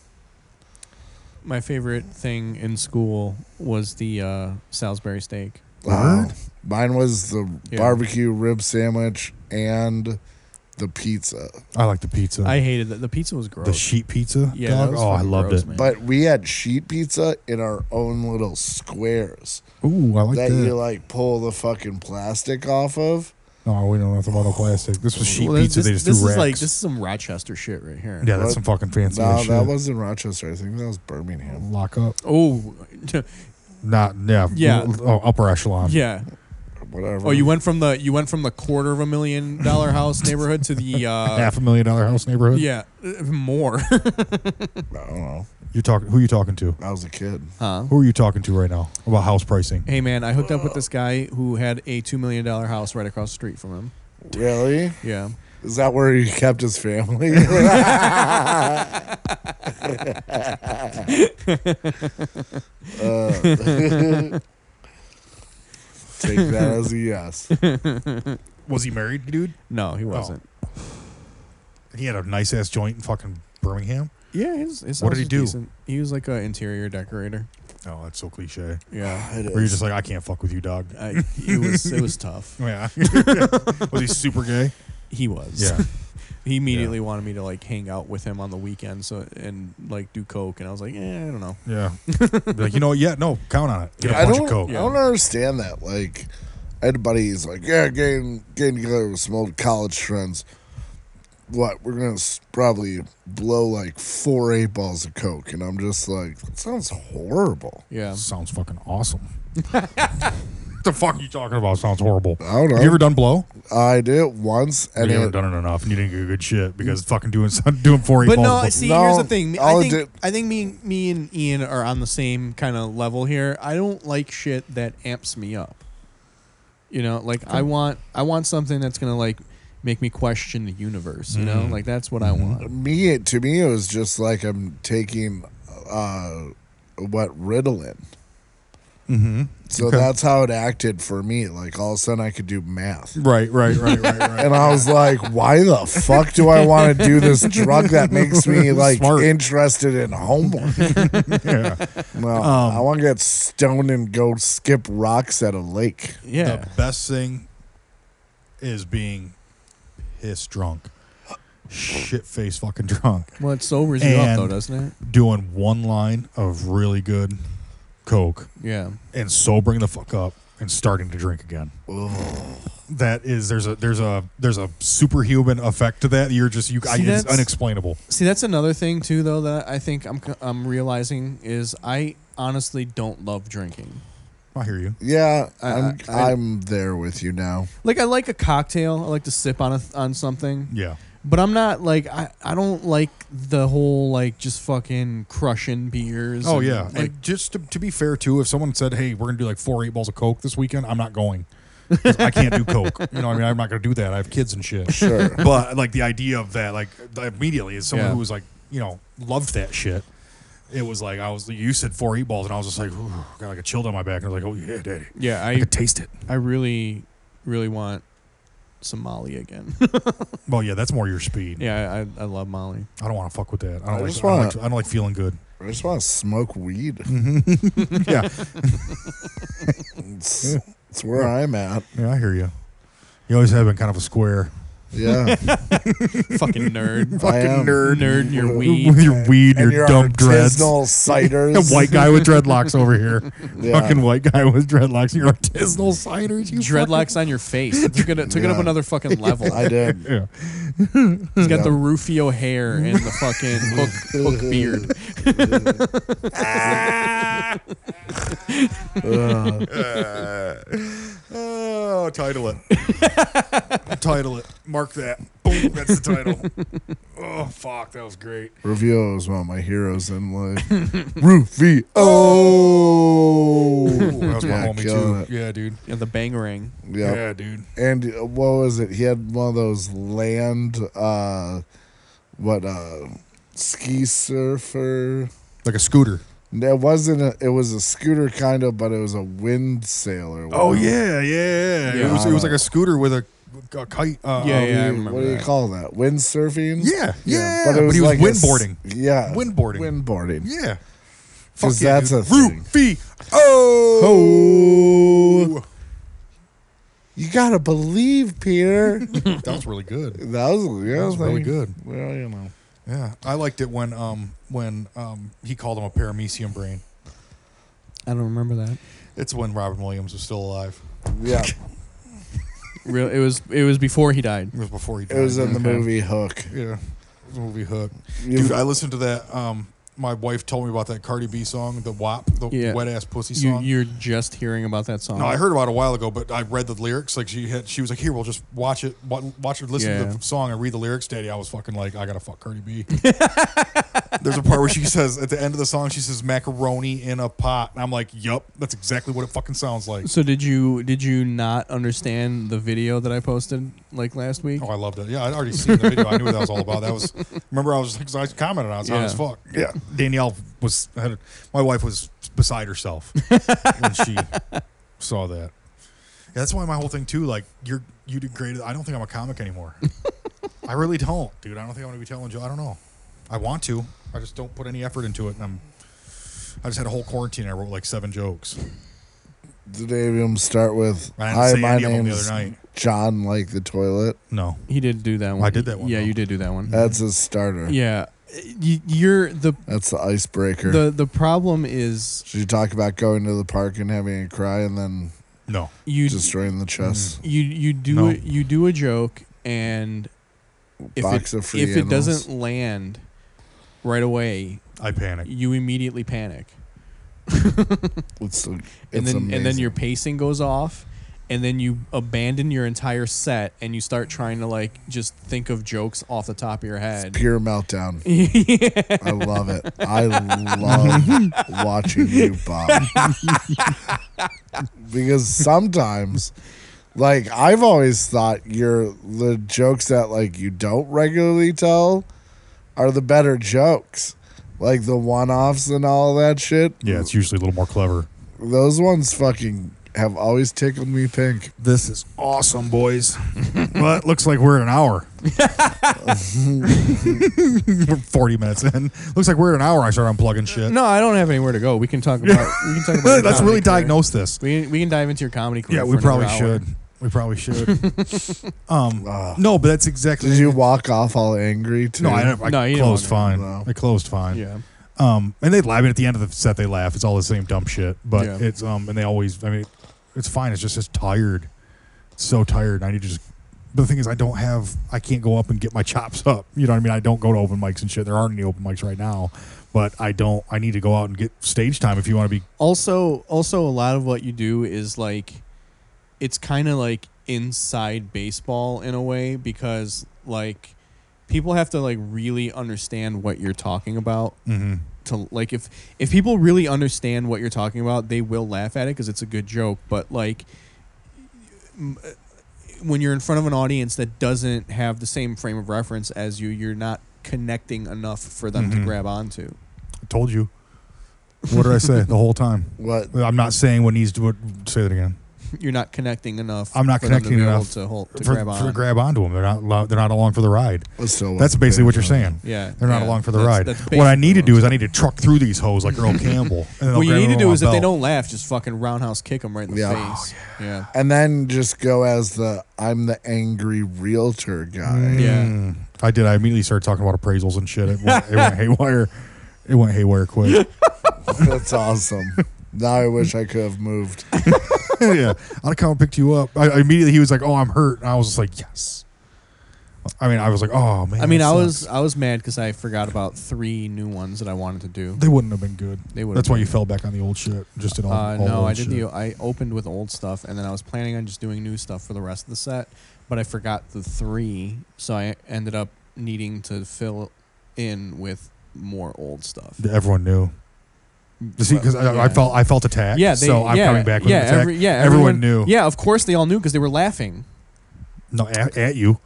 My favorite thing in school was the uh, Salisbury steak.
Wow. Uh, Mine was the
Yeah.
barbecue rib sandwich and the pizza.
I like the pizza.
I hated that. The pizza was gross.
the sheet pizza.
Yeah,
dog?
that was
Oh, I
fucking
loved
gross,
it.
man.
But we had sheet pizza in our own little squares
Ooh, I like
that
that.
you like pull the fucking plastic off of.
No, we don't have to bottle plastic. This was sheet
Well,
pizza.
This,
they just
this
threw
is
racks.
like this is some Rochester shit right here.
yeah,
What?
that's some fucking fancy
No,
ass
that
shit.
wasn't Rochester. I think that was Birmingham.
Lock up.
Oh,
Not yeah.
Yeah.
l- Oh, upper echelon.
yeah.
Whatever.
Oh, you went from the you went from the quarter of a million dollar house neighborhood to the uh,
Half a million dollar house neighborhood.
yeah uh, more.
I don't know.
You're talking. Who you talking to?
I was a kid.
huh?
Who are you talking to right now about house pricing?
Hey man, I hooked up with this guy who had a two million dollar house right across the street from him.
Really?
Yeah.
Is that where he kept his family? Uh, Take that as a yes.
Was he married, dude?
No,
Oh.
he wasn't.
He had a nice ass joint in fucking Birmingham.
Yeah, his, his
What
house
did he
was
do?
decent. He was like an interior decorator.
Oh, that's so cliche.
Yeah.
It
Where you're
is.
just like, I can't fuck with you, dog. Oh,
I, it was it was tough.
Yeah. was he super gay?
He was. He immediately wanted me to like hang out with him on the weekend, so and like do coke, and I was like, eh, I don't know.
Yeah. Be like, you know, what? yeah, no, count on it. Get a
I
bunch
don't,
of coke.
I don't understand that. Like, I had a buddy who's like, yeah, getting, getting together with some old college friends. What? We're going to probably blow like four eight balls of Coke. And I'm just like, that sounds horrible.
Yeah.
Sounds fucking awesome. the fuck are you talking about? Sounds horrible.
I don't know.
Have you ever done blow?
I did it once.
Have
And
you ever
it-
done it enough and you didn't get good shit because fucking doing doing four eight
But
balls.
no,
of-
see,
No,
here's the thing. I
I'll
think
do-
I think me, me and Ian are on the same kind of level here. I don't like shit that amps me up. You know, like I want I want something that's gonna like make me question the universe. You know, like that's what I want.
me it to me it was just like I'm taking uh what Ritalin.
Mm-hmm.
So
Okay.
that's how it acted for me. Like all of a sudden I could do math.
Right, right, right, right, right.
And I was like, why the fuck do I want to do this drug that makes me like
Smart.
interested in homework?
yeah.
No,
Um,
I want to get stoned and go skip rocks at a lake.
Yeah.
The best thing is being
Piss drunk. Shit face fucking drunk.
Well, it sobers you up though,
And-
doesn't it?
Doing one line of really good coke
Yeah.
and sobering the fuck up and starting to drink again. That is there's a there's a there's a superhuman effect to that. You're just you I,
See,
it's
that's-
unexplainable.
See, that's another thing too, though that I think I'm I'm realizing is I honestly don't love drinking.
I hear you.
Yeah,
I-
I'm
I- I-
I'm there with you now.
Like I like a cocktail. I like to sip on a, on something.
Yeah.
But I'm not like I, I don't like the whole like just fucking crushing beers.
Oh
and,
yeah.
like
and just to, to be fair too, if someone said, "Hey, we're gonna do like four eight balls of coke this weekend," I'm not going. 'Cause I can't do coke. You know, what I mean, I'm not gonna do that. I have kids and shit.
Sure.
But like the idea of that, like immediately, as someone
Yeah.
who was like, you know, loved that shit. It was like I was. You said four eight balls, and I was just like, Ooh, got like a chill down my back, and I was like, "Oh yeah, daddy,
yeah,
I
I
could taste it."
I really really want some Molly again.
Well, yeah, that's more your speed.
yeah, I, I love Molly.
I don't want to fuck with that. I don't,
I
like,
just
I don't
wanna-
like. I don't like feeling good.
I just want to smoke weed.
yeah,
It's, it's where I'm at.
yeah, I hear you. You always have been kind of a square.
Yeah.
Fucking nerd.
I am.
nerd. Nerd, your
with
weed.
your weed, your,
and your
dumb dreads.
artisanal
A
ciders.
white guy with dreadlocks over here.
Yeah.
Fucking white guy with dreadlocks. Your artisanal ciders. You
Dreadlocks on your face. It took it, it took it up
Yeah.
another fucking level.
I did.
Fucking,
He's got
Yeah.
the Rufio hair and the fucking hook hook beard.
Uh,
Oh, title it. title it. Mark that. Boom. That's the title. oh, fuck. That was great.
Rufio is one of my heroes in life. Rufio. Oh.
That was
Yeah,
my homie,
killing
too. Yeah, dude.
Yeah, the bangerang.
Yeah.
Yeah, dude.
And uh, what was it? He had one of those land, uh, what, uh, ski surfer.
like a scooter.
It wasn't. A, it was a scooter kind of, but it was a wind sailor.
Oh, yeah, yeah.
Um, Yeah.
It, was, it was like a scooter with a, a kite. Uh,
Yeah, yeah, I
What
remember
do you
that.
call that? Windsurfing.
Yeah, yeah.
But, it was
he was
like a s-
windboarding.
yeah.
Windboarding.
Windboarding.
yeah. Fuck
Because
yeah,
that's
dude.
a thing.
Rufy. Oh.
You gotta believe, Peter.
That was really good.
that was yeah,
That was really
like-
good.
Well, you know.
Yeah, I liked it when um when um he called him a paramecium brain.
I don't remember that.
It's when Robin Williams was still alive.
Yeah,
Real. It was it was before he died.
It was before he
it
died.
was in the
Okay.
movie Hook.
yeah, the movie Hook.
You-
Dude, I listened to that. Um, my wife told me about that Cardi B song, the WAP, the
Yeah.
wet ass pussy
You,
song.
you're just hearing about that song.
no, I heard about it a while ago, but I read the lyrics. Like she had, she was like, "Here, we'll just watch it, wa- watch it, listen to
Yeah.
the song, and read the lyrics." Daddy, I was fucking like, "I gotta fuck Cardi B." There's a part where she says at the end of the song, she says "macaroni in a pot," and I'm like, "Yup, that's exactly what it fucking sounds like."
So did you did you not understand the video that I posted like last week?
Oh, I loved it. Yeah, I'd already seen the video. I knew what that was all about. That was remember I was 'cause I commented on it. It's hot
Yeah.
as fuck. Yeah, Danielle was had, my wife was beside herself when she saw that. Yeah, that's why my whole thing too. Like you're you degraded. I don't think I'm a comic anymore. I really don't, dude. I don't think I'm gonna be telling Joe. I don't know. I want to. I just don't put any effort into it, and I'm. I just had a whole quarantine. I wrote like seven jokes.
Did any of them start with
I didn't
"Hi,
say
my
any of them the
name's
other night." Mm-hmm.
John"? Like the toilet.
No,
He did do that one.
I did that one,
Yeah,
though.
you did do that one.
That's a starter.
yeah, Y- you're the
That's the icebreaker.
the the problem is
Should you talk about going to the park and having a cry and then
no.
you
destroying the chest?
you you do
No.
a, you do a joke and Mm-hmm. if
Box
it,
of free
if it
animals.
doesn't land right away,
I panic.
you immediately panic.
It's, and
and then and then your pacing goes off and then you abandon your entire set and you start trying to like just think of jokes off the top of your head
pure meltdown. I love it. I love watching you, Bob. because sometimes, like, I've always thought your the jokes that like you don't regularly tell are the better jokes, like the one offs and all that shit.
Yeah, it's usually a little more clever.
Those ones fucking have always tickled me pink.
This is awesome, boys. well, it looks like we're at an hour. we're 40 minutes in. Looks like we're at an hour. I start unplugging shit.
no i don't have anywhere to go we can talk about we can talk about your
Let's
comedy
really
career.
diagnose this.
we can, we can dive into your comedy career
Yeah,
for
we
another
probably
hour.
should. We probably should. um,
Ah.
no, but that's exactly.
Did you walk off all angry too?
No, I, I
No, you didn't
closed
want
fine.
to. No.
I closed fine.
yeah
Um, and they laugh. I mean, at the end of the set, they laugh. It's all the same dumb shit. But
Yeah.
it's um, and they always. I mean, it's fine. It's just it's tired. It's so tired. And I need to just. But the thing is, I don't have. I can't go up and get my chops up. You know what I mean? I don't go to open mics and shit. There aren't any open mics right now. But I don't. I need to go out and get stage time if you want to be.
also also a lot of what you do is like it's kind of like inside baseball in a way because like people have to like really understand what you're talking about
Mm-hmm.
to like if if people really understand what you're talking about, they will laugh at it because it's a good joke. But like m- uh, when you're in front of an audience that doesn't have the same frame of reference as you, you're not connecting enough for them to
Mhm.
grab onto.
I told you. What did I say the whole time?
What?
I'm not saying what needs to. What, say that again.
you're not connecting enough.
I'm not
for them to
connecting
be able
enough
to hold to
for,
grab
for
on.
to grab onto them. They're not lo- they're not along for the ride.
That's still what
That's
I'm
basically
saying.
what you're saying.
Yeah,
they're not
yeah.
along for the
That's-
ride.
that's
what
basically
I need to
what I'm
do is I need to truck through these hoes like Earl Campbell. And
What you need to do is if they don't laugh, just fucking roundhouse kick them right in the
Yeah.
face.
Oh,
yeah.
And then just go as the I'm the angry realtor guy.
Yeah.
Mm. I did. I immediately started talking about appraisals and shit. It went, it went haywire. It went haywire quick. Mm.
That's awesome. Now I wish I could have moved.
yeah, I'd have come and picked you up. I, I immediately he was like, "Oh, I'm hurt," and I was just like, "Yes." I mean, I was like, "Oh man."
I mean,
that
I
sucks."
was I was mad because I forgot about three new ones that I wanted to do.
They wouldn't have been good.
They would.
That's why you fell back on the old shit. Just did all.
Uh,
all
no,
old
I did
shit.
the I opened with old stuff, and then I was planning on just doing new stuff for the rest of the set, but I forgot the three, so I ended up needing to fill in with more old stuff.
That Everyone knew. See, because I, I
Yeah.
felt I felt attacked.
Yeah, they,
so I'm
yeah,
coming back with
yeah,
an attack.
every- yeah,
Everyone knew.
Yeah, of course they all knew because they were laughing.
No, at, at you,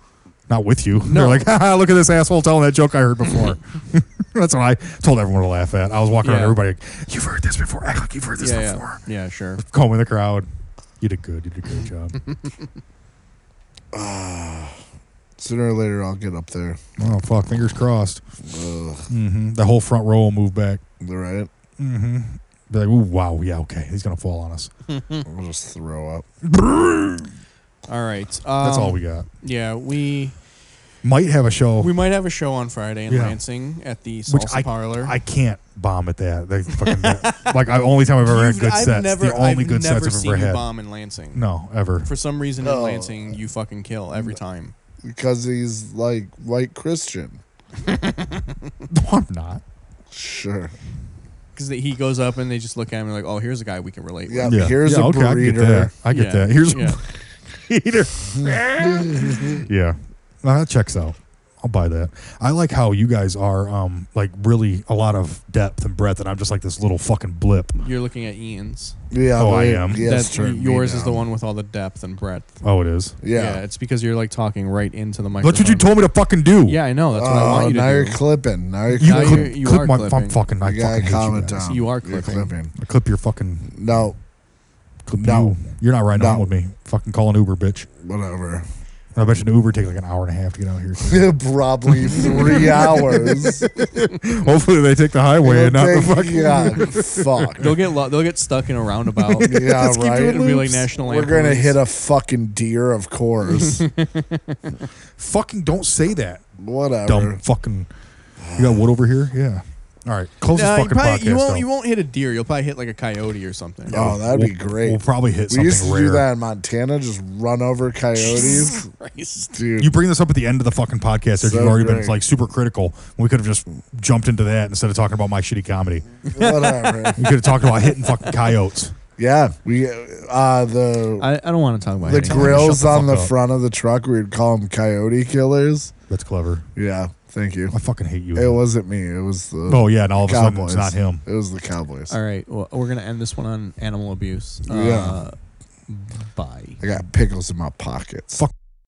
not with you.
No.
They're like, Haha, look at this asshole telling that joke I heard before. That's what I told everyone to laugh at. I was walking
Yeah.
around, everybody, like, you've heard this before. Act like you've heard this
yeah, yeah.
before.
yeah, sure.
Combing the crowd. You did good. You did a good job.
Sooner or later, I'll get up there.
oh fuck, fingers crossed.
Ugh.
hmm The whole front row will move back.
All right.
Mm-hmm. Be like, Ooh, wow, yeah, okay, he's gonna fall on us.
I'll just throw up.
All right.
That's
um,
all we got.
Yeah, we
Might have a show.
we might have a show on Friday in
Yeah.
Lansing at the
Which
Salsa
I-
Parlor.
I can't bomb at that. They fucking like I only time I've ever had
You've-
good
I've
sets.
Never,
the only
I've
good
never
sets I've
seen
ever
you
had.
bomb in Lansing.
No, ever.
For some reason in
Oh. Mm.
Lansing, you fucking kill every time.
Because he's like white Christian.
No, I'm not.
Sure.
Because he goes up and they just look at him and like, oh, here's a guy we can relate
Yeah.
with.
Here's a
I get
breeder.
that. I get
Yeah.
that. Here's
yeah.
a breeder. yeah, Well, that checks out. I'll buy that. I like how you guys are um like really a lot of depth and breadth, and I'm just like this little fucking blip.
You're looking at Ian's.
Yeah.
Oh, I
they-
am.
Yes,
That's-
turn me
yours is
down.
the one with all the depth and breadth.
Oh, it is.
Yeah.
it's because you're like talking right into the microphone.
That's what you told me to fucking do.
Yeah, I know. That's what I
Oh,
want you to
now
do.
you're clipping. Now you're
you
Now
clipping.
you're-
clip,
you
clip
are
my
clipping.
I'm fucking. I
You gotta
fucking hate
calm it
guys.
down.
You are
You're
clipping.
I clip your fucking.
No,
Clip
No.
you. You're not riding
No.
on with me. Fucking call an Uber, bitch.
whatever.
I bet you an Uber take like an hour and a half to get out here.
Probably three hours.
Hopefully they take the highway and not the
It'll
fucking.
take- yeah, "Ah, fuck.
They'll get lo- they'll get stuck in a roundabout.
Yeah,
Just keep
right.
doing
It'll be like
Loops.
National
We're gonna hit a fucking deer, of course.
Fucking don't say that,
Whatever.
dumb fucking. You got wood over here? Yeah. All right, close this
you,
fucking
probably,
podcast
you won't
out.
you won't hit a deer. You'll probably hit like a coyote or something.
Oh, that'd be
We'll-
great.
We'll probably hit
we
something
used to
rare.
do that in Montana. Just run over coyotes,
Christ.
dude.
You bring this up at the end of the fucking podcast. There's
So
you've already been
great.
like super critical. We could have just jumped into that instead of talking about my shitty comedy.
whatever.
We could have talked about hitting fucking coyotes.
yeah, we uh, the
I, I don't want to talk about
the
it.
tell me to
grills
shut the
on the
fuck up.
front of the truck. We'd call them coyote killers.
That's clever.
Yeah, thank you.
I fucking hate you.
It wasn't me. It was the
oh yeah, and all of a sudden
Cowboys.
it's not him.
It was the Cowboys.
All right, well, we're gonna end this one on animal abuse. Uh,
Yeah.
Bye.
I got pickles in my pockets.
Fuck